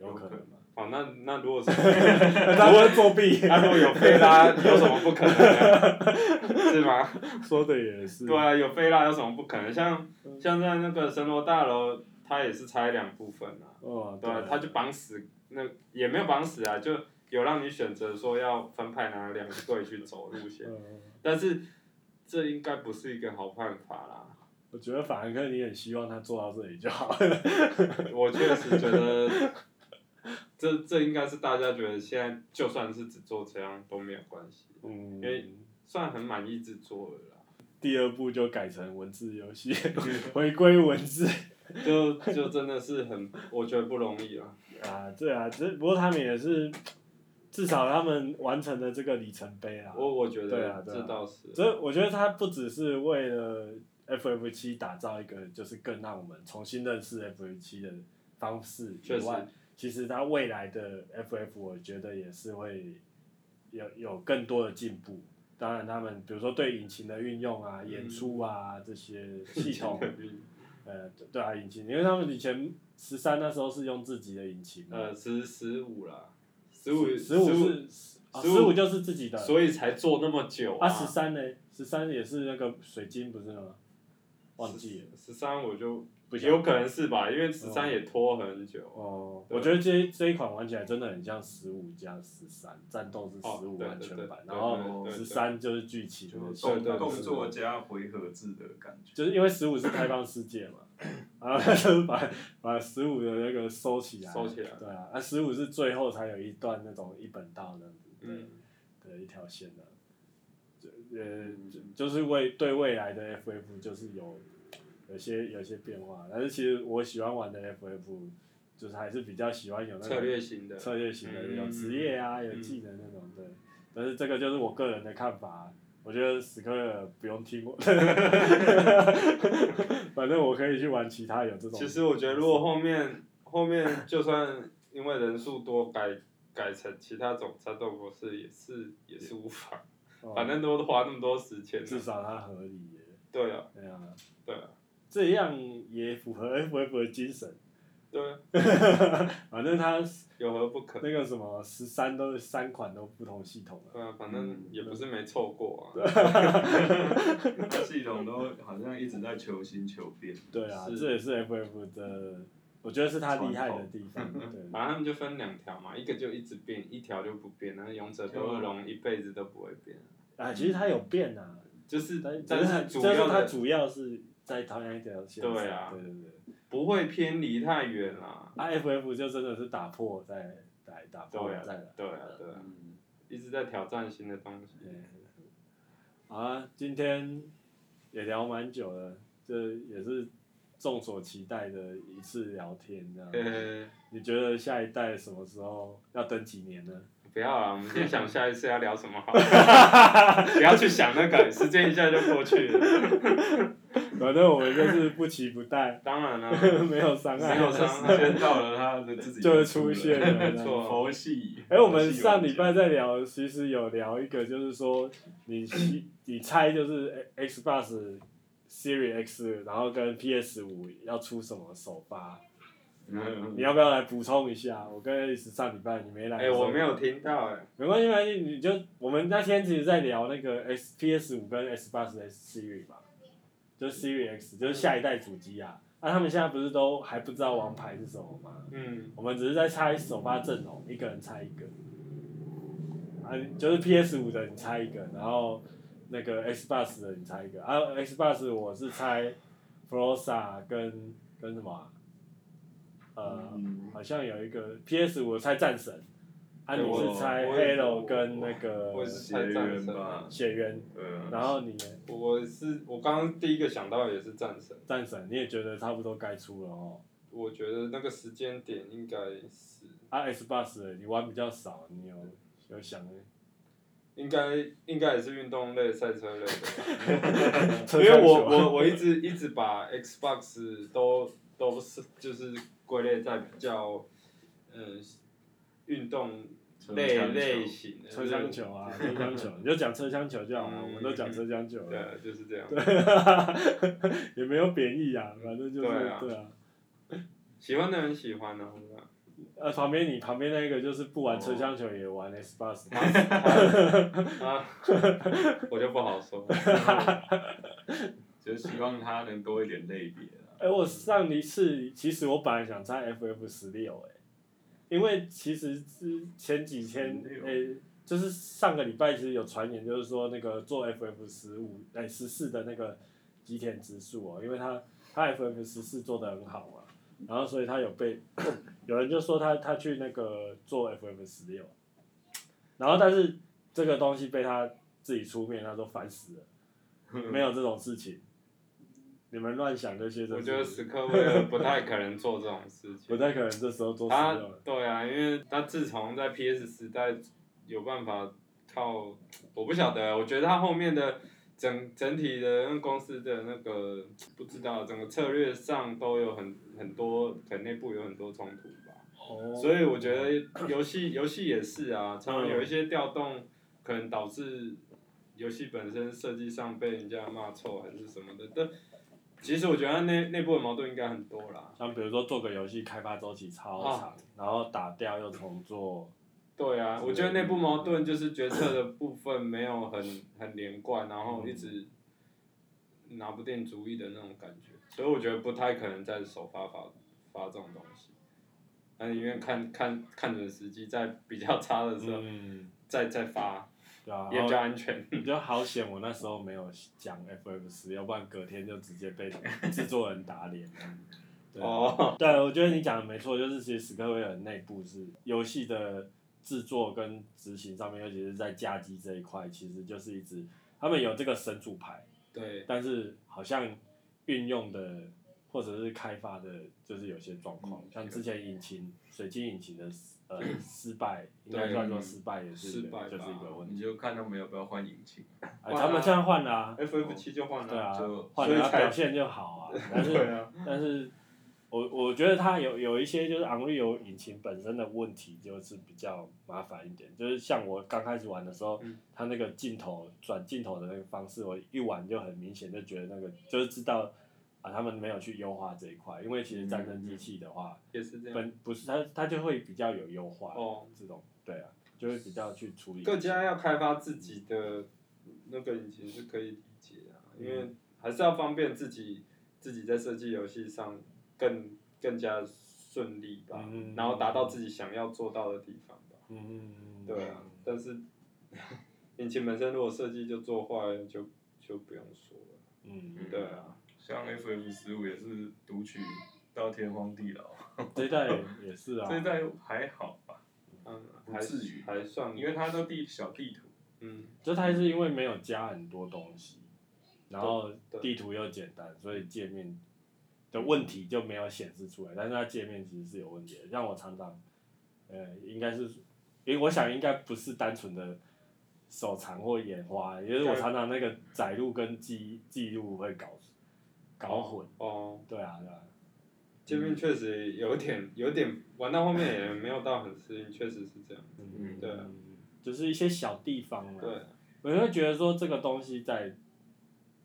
[SPEAKER 2] 嗯
[SPEAKER 1] 有可能吧。
[SPEAKER 2] 哦，那那如果是
[SPEAKER 1] 他会作弊，
[SPEAKER 2] 他如果有费拉，有什么不可能的？ 是吗？
[SPEAKER 1] 说的也是。
[SPEAKER 2] 对啊，有费拉有什么不可能？像像在那个神罗大楼，它也是拆两部分啊。
[SPEAKER 1] 哦，
[SPEAKER 2] 对啊，他就绑死那也没有绑死啊，就有让你选择说要分派哪两队去走路线，
[SPEAKER 1] 嗯
[SPEAKER 2] 但是这应该不是一个好办法啦。
[SPEAKER 1] 我觉得法兰克你很希望他做到这里就好了。
[SPEAKER 2] 我确实觉得这这应该是大家觉得现在就算是只做这样都没有关系，
[SPEAKER 1] 嗯
[SPEAKER 2] 因为算很满意制作了啦。
[SPEAKER 1] 第二部就改成文字游 戏，回归文字
[SPEAKER 2] 就就真的是很，我觉得不容 易啊。
[SPEAKER 1] 啊，对啊，只不过他们也是，至少他们完成了这个里程碑啊。
[SPEAKER 2] 我我觉
[SPEAKER 1] 对啊
[SPEAKER 2] 得
[SPEAKER 1] 对啊
[SPEAKER 2] 这倒是。
[SPEAKER 1] 这我觉得他不只是为了 FF 七打造一个就是更让我们重新认识 FF 七的方式以
[SPEAKER 2] 确实
[SPEAKER 1] 外，其实他未来的 FF 我觉得也是会有有更多的进步。当然，他们比如说对引擎的运用啊、演出啊、
[SPEAKER 2] 嗯
[SPEAKER 1] 这些系统，呃，对对啊，引擎，因为他们以前十三那时候是用自己的引擎嘛，
[SPEAKER 2] 呃，十十五啦，十五
[SPEAKER 1] 嗯十五是啊
[SPEAKER 2] 15
[SPEAKER 1] 十五就是自己的，
[SPEAKER 2] 所以才做那么久
[SPEAKER 1] 啊十三呢？十三也是那个水晶不是吗？忘记了。
[SPEAKER 2] 十三我就
[SPEAKER 1] 不想
[SPEAKER 2] 有可能是吧，因为十三也拖很久。
[SPEAKER 1] 哦，
[SPEAKER 2] 对啊
[SPEAKER 1] 我觉得这这一款玩起来真的很像十五加十三，战斗是
[SPEAKER 2] 哦
[SPEAKER 1] 十五
[SPEAKER 2] 对
[SPEAKER 1] 完
[SPEAKER 2] 对
[SPEAKER 1] 全
[SPEAKER 2] 对
[SPEAKER 1] 版，
[SPEAKER 2] 对
[SPEAKER 1] 然后
[SPEAKER 2] 对对
[SPEAKER 1] 十
[SPEAKER 2] 对
[SPEAKER 1] 三就是剧情
[SPEAKER 3] 就
[SPEAKER 1] 的
[SPEAKER 2] 对
[SPEAKER 3] 动
[SPEAKER 2] 对对
[SPEAKER 3] 动作加回合制的感觉。
[SPEAKER 1] 就是因为十五是开放世界 嘛，然后就是把把十五的那个收起来，
[SPEAKER 2] 收起来
[SPEAKER 1] 对啊，啊十五是最后才有一段那种一本道这样子，对
[SPEAKER 2] 嗯，
[SPEAKER 1] 的一条线的、就呃，就就是为对未来的 FF 就是有有些有些变化，但是其实我喜欢玩的 FF 就是还是比较喜欢有那种
[SPEAKER 2] 策略型的，
[SPEAKER 1] 策略型的，
[SPEAKER 2] 嗯
[SPEAKER 1] 有职业啊，有技能那种对。但是这个就是我个人的看法，我觉得史克尔不用听我的， 反正我可以去玩其他有这种。
[SPEAKER 2] 其实我觉得如果后面后面就算因为人数多改改成其他种战斗模式也是也是无妨，
[SPEAKER 1] 哦
[SPEAKER 2] 反正都花那么多时间
[SPEAKER 1] 至
[SPEAKER 2] 了。
[SPEAKER 1] 少它合理耶，
[SPEAKER 2] 对啊，
[SPEAKER 1] 对啊，
[SPEAKER 2] 对啊，
[SPEAKER 1] 这样也符合 FF 的精神。
[SPEAKER 2] 对啊，
[SPEAKER 1] 反正它
[SPEAKER 2] 有何不可？
[SPEAKER 1] 那个什么十三都是三款都不同系统
[SPEAKER 2] 对啊，反正也不是没凑过啊。
[SPEAKER 3] 系统都好像一直在求新求变。
[SPEAKER 1] 对啊，
[SPEAKER 2] 是
[SPEAKER 1] 这也是 FF 的，我觉得是他厉害的地方。对，
[SPEAKER 2] 反正他们就分两条嘛，一个就一直变，一条就不变。那勇者斗恶龙一辈子都不会变，
[SPEAKER 1] 啊，其实它有变啊，
[SPEAKER 2] 就是
[SPEAKER 1] 但
[SPEAKER 2] 但
[SPEAKER 1] 它
[SPEAKER 2] 是主
[SPEAKER 1] 就是
[SPEAKER 2] 要
[SPEAKER 1] 它
[SPEAKER 2] 的
[SPEAKER 1] 主要是在同样一条线上。
[SPEAKER 2] 对啊
[SPEAKER 1] 对对对，
[SPEAKER 2] 不会偏离太远啦。
[SPEAKER 1] 啊 FF 就真的是打破再来打
[SPEAKER 2] 对
[SPEAKER 1] 破
[SPEAKER 2] 啊
[SPEAKER 1] 再来。，
[SPEAKER 2] 对啊，对啊，
[SPEAKER 3] 嗯，
[SPEAKER 2] 一直在挑战新的东西。
[SPEAKER 1] 嗯好啊，今天也聊蛮久了，这也是众所期待的一次聊天，这样。
[SPEAKER 2] 呃，
[SPEAKER 1] 你觉得下一代什么时候要等几年呢？
[SPEAKER 2] 不要啦，我们先想下一次要聊什么好， 不要去想那个，时间一下就过去了。
[SPEAKER 1] 反正我们就是不期不待，
[SPEAKER 2] 当然 啦，
[SPEAKER 1] 没有伤害，
[SPEAKER 2] 没有伤
[SPEAKER 3] 时间到了，他的自己
[SPEAKER 1] 就会出现
[SPEAKER 3] 了。
[SPEAKER 1] 了。
[SPEAKER 2] 没
[SPEAKER 1] 这样
[SPEAKER 2] 错
[SPEAKER 3] 佛系。
[SPEAKER 1] 哎、我们上礼拜在聊，其实有聊一个，就是说你希你猜就是哎 Xbox Series X，然后跟 PS 五要出什么首发，
[SPEAKER 3] 嗯，
[SPEAKER 1] 你要不要来补充一下？我跟 A 十上礼拜你没来，
[SPEAKER 2] 哎，我没，有听到哎，
[SPEAKER 1] 没关系，没关系，你就我们那天其实在聊那个哎 S PS 五跟 Xbox S Series 嘛，就是 Series X，就是下一代主机啊。那、他们现在不是都还不知道王牌是什么吗？
[SPEAKER 2] 嗯，
[SPEAKER 1] 我们只是在猜首发阵容，一个人猜一个。啊，就是 PS 五的你猜一个，然后那个 Xbox 的你猜一个。啊，Xbox 我是猜 Frosa 跟跟什么啊、呃，
[SPEAKER 3] 嗯
[SPEAKER 1] 好像有一个 PS 五猜战神，啊，
[SPEAKER 2] 对
[SPEAKER 1] 你
[SPEAKER 3] 我
[SPEAKER 1] 是猜
[SPEAKER 2] 我也
[SPEAKER 1] Halo 跟那个
[SPEAKER 2] 我也是
[SPEAKER 3] 结缘吧，
[SPEAKER 1] 血缘，
[SPEAKER 3] 嗯，
[SPEAKER 1] 然后你呢
[SPEAKER 2] 我是我刚刚第一个想到的也是战神。
[SPEAKER 1] 战神你也觉得差不多该出了哦。
[SPEAKER 2] 我觉得那个时间点应该是，
[SPEAKER 1] 啊，Xbox 的你玩比较少，你有有想
[SPEAKER 2] 应该应该也是运动类、赛车类的 吧，
[SPEAKER 1] 车
[SPEAKER 2] 因为
[SPEAKER 1] 上
[SPEAKER 2] 我
[SPEAKER 1] 球啊
[SPEAKER 2] 我我一直一直把 Xbox 都都是就是归类在比较嗯运动类类型的，
[SPEAKER 1] 车
[SPEAKER 2] 就是
[SPEAKER 1] 厢球啊，车厢球，你就讲车厢球就好了，
[SPEAKER 2] 嗯
[SPEAKER 1] 我们都讲车厢球了，
[SPEAKER 2] 对，啊就是这样。
[SPEAKER 1] 对， 也没有贬义啊，反正就是
[SPEAKER 2] 对啊
[SPEAKER 1] 对啊。
[SPEAKER 2] 喜欢的人喜欢呢、啊，
[SPEAKER 1] 呃，旁边你旁边那个就是不玩车厢
[SPEAKER 2] 哦
[SPEAKER 1] 球也玩 S 八十，
[SPEAKER 2] 啊，我就不 好说。
[SPEAKER 3] 就希望他能多一点类别 啊。
[SPEAKER 1] 哎、我上一次其实我本来想猜 FF 十六，哎，因为其实之前几天，
[SPEAKER 3] 16
[SPEAKER 1] 哎、就是上个礼拜其实有传言，就是说那个做 FF 十五、哎十四的那个吉田直树哦，因为他他 FF 十四做的很好嘛，然后所以他有被有人就说他他去那个做 FF 十六，然后但是这个东西被他自己出面，他说烦死了，没有这种事情。你们乱想这些，
[SPEAKER 2] 我觉得史克威尔不太可能做这种事情
[SPEAKER 1] 不。太可能这时候做十
[SPEAKER 2] 他
[SPEAKER 1] 六了。
[SPEAKER 2] 对啊，因为他自从在 PS 时代有办法靠，我不晓得，我觉得他后面的整整体的那公司的那个不知道，整个策略上都有很很多，可能内部有很多冲突吧。
[SPEAKER 1] 哦
[SPEAKER 2] 所以我觉得游戏游戏也是啊，常常有一些调动，可能导致游戏本身设计上被人家骂臭还是什么的。但其实我觉得它内内部的矛盾应该很多啦。
[SPEAKER 1] 像比如说做个游戏开发周期超
[SPEAKER 2] 啊
[SPEAKER 1] 长，然后打掉又重做，
[SPEAKER 2] 对啊，
[SPEAKER 1] 是
[SPEAKER 2] 我觉得内部矛盾就是决策的部分没有很很连贯，然后一直拿不定主意的那种感觉，所以我觉得不太可能在首发发发这种东西。那宁愿看看看准时机，在比较差的时候、
[SPEAKER 1] 嗯，
[SPEAKER 2] 再再发，
[SPEAKER 1] 对啊，
[SPEAKER 2] 啊也比
[SPEAKER 1] 然
[SPEAKER 2] 较
[SPEAKER 1] 后
[SPEAKER 2] 安全。
[SPEAKER 1] 比较好险，我那时候没有讲 FF 十，要不然隔天就直接被制作人打脸。对啊，
[SPEAKER 2] 哦，
[SPEAKER 1] 对，我觉得你讲的没错，就是其实史克威尔内部是游戏的制作跟执行上面，尤其是在架机这一块，其实就是一直他们有这个神主牌，
[SPEAKER 2] 对，
[SPEAKER 1] 但是好像运用的或者是开发的，就是有些状况，
[SPEAKER 2] 嗯
[SPEAKER 1] 像之前引擎水晶引擎的呃失败，应该算说失败也是一
[SPEAKER 2] 嗯失败
[SPEAKER 1] 个
[SPEAKER 2] 吧嗯
[SPEAKER 1] 就是一个问
[SPEAKER 3] 你
[SPEAKER 1] 题。
[SPEAKER 3] 就看他们要不要换引擎，
[SPEAKER 1] 啊，
[SPEAKER 2] 换啊
[SPEAKER 1] 他们现在换了、啊，
[SPEAKER 2] FF 七就换
[SPEAKER 1] 对
[SPEAKER 2] 了，
[SPEAKER 1] 啊
[SPEAKER 3] 就，
[SPEAKER 1] 换
[SPEAKER 2] 所以
[SPEAKER 1] 了他
[SPEAKER 2] 才
[SPEAKER 1] 表现就 好啊，但是
[SPEAKER 2] 啊，
[SPEAKER 1] 但是。我我觉得它有有一些就是昂瑞有引擎本身的问题，就是比较麻烦一点。就是像我刚开始玩的时候
[SPEAKER 2] 嗯，
[SPEAKER 1] 它那个镜头转镜头的那个方式，我一玩就很明显就觉得那个就是知道啊，他们没有去优化这一块。因为其实
[SPEAKER 2] 嗯
[SPEAKER 1] 战争机器的话，
[SPEAKER 2] 也是这样。
[SPEAKER 1] 本不是它它就会比较有优化
[SPEAKER 2] 啊哦，
[SPEAKER 1] 这种，对啊，就会比较去处理。
[SPEAKER 2] 各家要开发自己的那个引擎是可以理解啊，因
[SPEAKER 3] 嗯
[SPEAKER 2] 为还是要方便自己自己在设计游戏上更更加顺利吧，
[SPEAKER 1] 嗯
[SPEAKER 2] 然后达到自己想要做到的地方吧。
[SPEAKER 1] 嗯，
[SPEAKER 2] 对啊，但是 引擎本身如果设计就做坏了，就就不用说了。
[SPEAKER 1] 嗯，
[SPEAKER 2] 对啊，
[SPEAKER 3] 像 FF 十五也是读取到天荒地老，
[SPEAKER 1] 这一代也是啊，
[SPEAKER 3] 这一代还好吧，
[SPEAKER 2] 嗯，
[SPEAKER 3] 不
[SPEAKER 2] 还
[SPEAKER 3] 至于
[SPEAKER 2] 还算，
[SPEAKER 3] 因为它都地小地图，
[SPEAKER 2] 嗯，
[SPEAKER 1] 就它是因为没有加很多东西，然后
[SPEAKER 2] 对对
[SPEAKER 1] 地图又简单，所以界面的问题就没有显示出来。但是它界面其实是有问题的，让我常常，呃，应该是，因为我想应该不是单纯的手残或眼花，因为我常常那个载入跟记记录会搞搞混。
[SPEAKER 2] 哦。
[SPEAKER 3] 嗯
[SPEAKER 1] 对啊，对啊，
[SPEAKER 2] 界面确实有点有点玩到后面也没有到很适应，确实是这样。
[SPEAKER 1] 嗯，
[SPEAKER 2] 对啊
[SPEAKER 1] 就是一些小地方啊。
[SPEAKER 2] 对，
[SPEAKER 1] 我就会觉得说这个东西在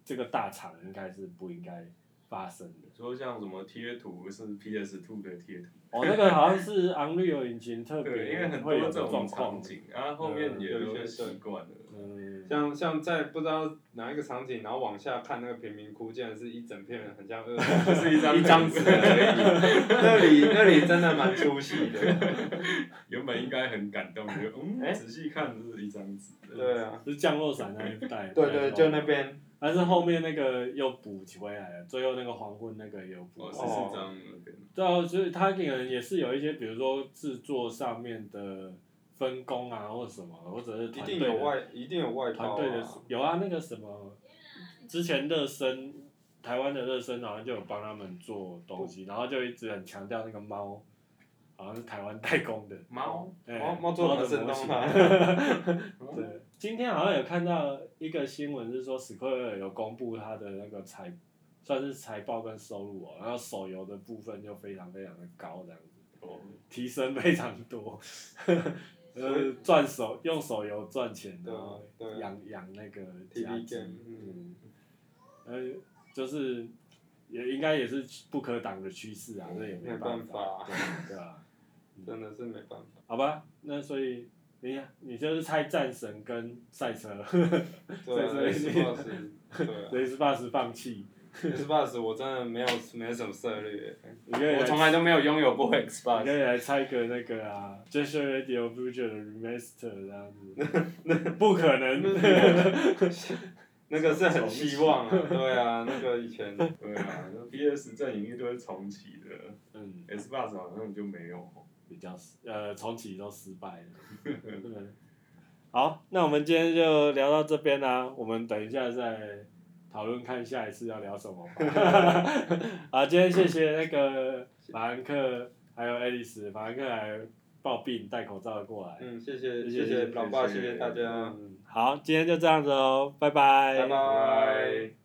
[SPEAKER 1] 这个大厂应该是不应该发生的。
[SPEAKER 3] 说像什么贴图是 PS Two 的贴图，
[SPEAKER 1] 哦，那个好像是昂绿有引擎特别
[SPEAKER 3] 对，因为很多
[SPEAKER 1] 会有的
[SPEAKER 3] 这种
[SPEAKER 1] 状
[SPEAKER 3] 场
[SPEAKER 1] 况。
[SPEAKER 3] 景，然后后面也
[SPEAKER 2] 嗯有一
[SPEAKER 3] 都
[SPEAKER 2] 些
[SPEAKER 3] 习惯了。
[SPEAKER 1] 嗯，
[SPEAKER 2] 像像在不知道哪一个场景，然后往下看那个贫民窟，竟然是一整片很像 恶魔， 就是一张
[SPEAKER 3] 一张啊
[SPEAKER 2] 纸 而已。那里那里真的蛮出戏 的。
[SPEAKER 3] 原本应该很感动，就嗯，
[SPEAKER 2] 哎
[SPEAKER 3] 仔细看这是一张纸。
[SPEAKER 2] 对啊，
[SPEAKER 1] 就是降落伞那一带。
[SPEAKER 2] 对对，就
[SPEAKER 1] 带
[SPEAKER 2] 那
[SPEAKER 1] 动。
[SPEAKER 2] 边
[SPEAKER 1] 但是后面那个又补回来了，最后那个黄昏那个有补
[SPEAKER 3] 哦，十
[SPEAKER 1] 回来。
[SPEAKER 2] 哦
[SPEAKER 3] 四张那边，
[SPEAKER 1] 对啊，所以他可能也是有一些，比如说制作上面的分工啊，或什么，或者是
[SPEAKER 2] 一
[SPEAKER 1] 团队
[SPEAKER 2] 定
[SPEAKER 1] 的
[SPEAKER 2] 有外一定有外
[SPEAKER 1] 团
[SPEAKER 2] 包
[SPEAKER 1] 队的
[SPEAKER 2] 啊。
[SPEAKER 1] 有啊，那个什么，之前热身，台湾的热身好像就有帮他们做东西，然后就一直很强调那个猫好像是台湾代工的，
[SPEAKER 2] 猫
[SPEAKER 1] 哎
[SPEAKER 2] 猫猫做
[SPEAKER 1] 的
[SPEAKER 2] 的震
[SPEAKER 1] 模
[SPEAKER 2] 动
[SPEAKER 1] 型
[SPEAKER 2] 吗？
[SPEAKER 1] 对，今天好像有看到一个新闻，是说史克威有公布他的那个财，算是财报跟收入哦，然后手游的部分就非常非常的高，这样子
[SPEAKER 3] 哦，
[SPEAKER 1] 提升非常 多，呃，赚手用手游赚钱，然后
[SPEAKER 2] 对对
[SPEAKER 1] 养养那个
[SPEAKER 2] TV
[SPEAKER 1] 家鸡
[SPEAKER 2] game，，
[SPEAKER 1] 嗯，呃，就是也应该也是不可挡的趋势啊，这也
[SPEAKER 2] 嗯没
[SPEAKER 1] 办
[SPEAKER 2] 办法
[SPEAKER 1] 对对吧？
[SPEAKER 2] 真的是没办法。
[SPEAKER 1] 好吧，那所以你你就是猜战神跟赛车。
[SPEAKER 2] 对啊，
[SPEAKER 1] 对
[SPEAKER 2] 雷
[SPEAKER 1] 所
[SPEAKER 2] 斯
[SPEAKER 1] 以
[SPEAKER 2] 巴 斯，对啊，
[SPEAKER 1] 雷斯巴斯放弃，
[SPEAKER 2] 雷斯巴斯我真的没有没有什么策略，
[SPEAKER 1] 你可以来
[SPEAKER 2] 我从来都没有 拥有过 X 巴
[SPEAKER 1] 你可以
[SPEAKER 2] 斯。
[SPEAKER 1] 来猜个那个啊 j a s u r Radio Future 的 Remaster 这样子， 不可能，
[SPEAKER 2] 那个是很希望啊，对啊，那个 以前
[SPEAKER 3] 对啊，那 PS 阵营一堆重启的
[SPEAKER 1] 嗯，
[SPEAKER 3] ，S b o x 好像就没有。哦
[SPEAKER 1] 比较失呃重启都失败了， 对好，那我们今天就聊到这边啦、我们等一下再讨论看下一次要聊什么 吧。好，今天谢谢那个法兰克还有爱丽丝，法兰克还抱病戴口罩过来。嗯
[SPEAKER 2] 嗯，谢谢
[SPEAKER 1] 谢谢
[SPEAKER 2] 谢谢
[SPEAKER 1] 谢
[SPEAKER 2] 老爸，
[SPEAKER 3] 谢
[SPEAKER 2] 谢谢大家，啊
[SPEAKER 1] 嗯，好，今天就这样子哦，拜拜，
[SPEAKER 2] 拜拜。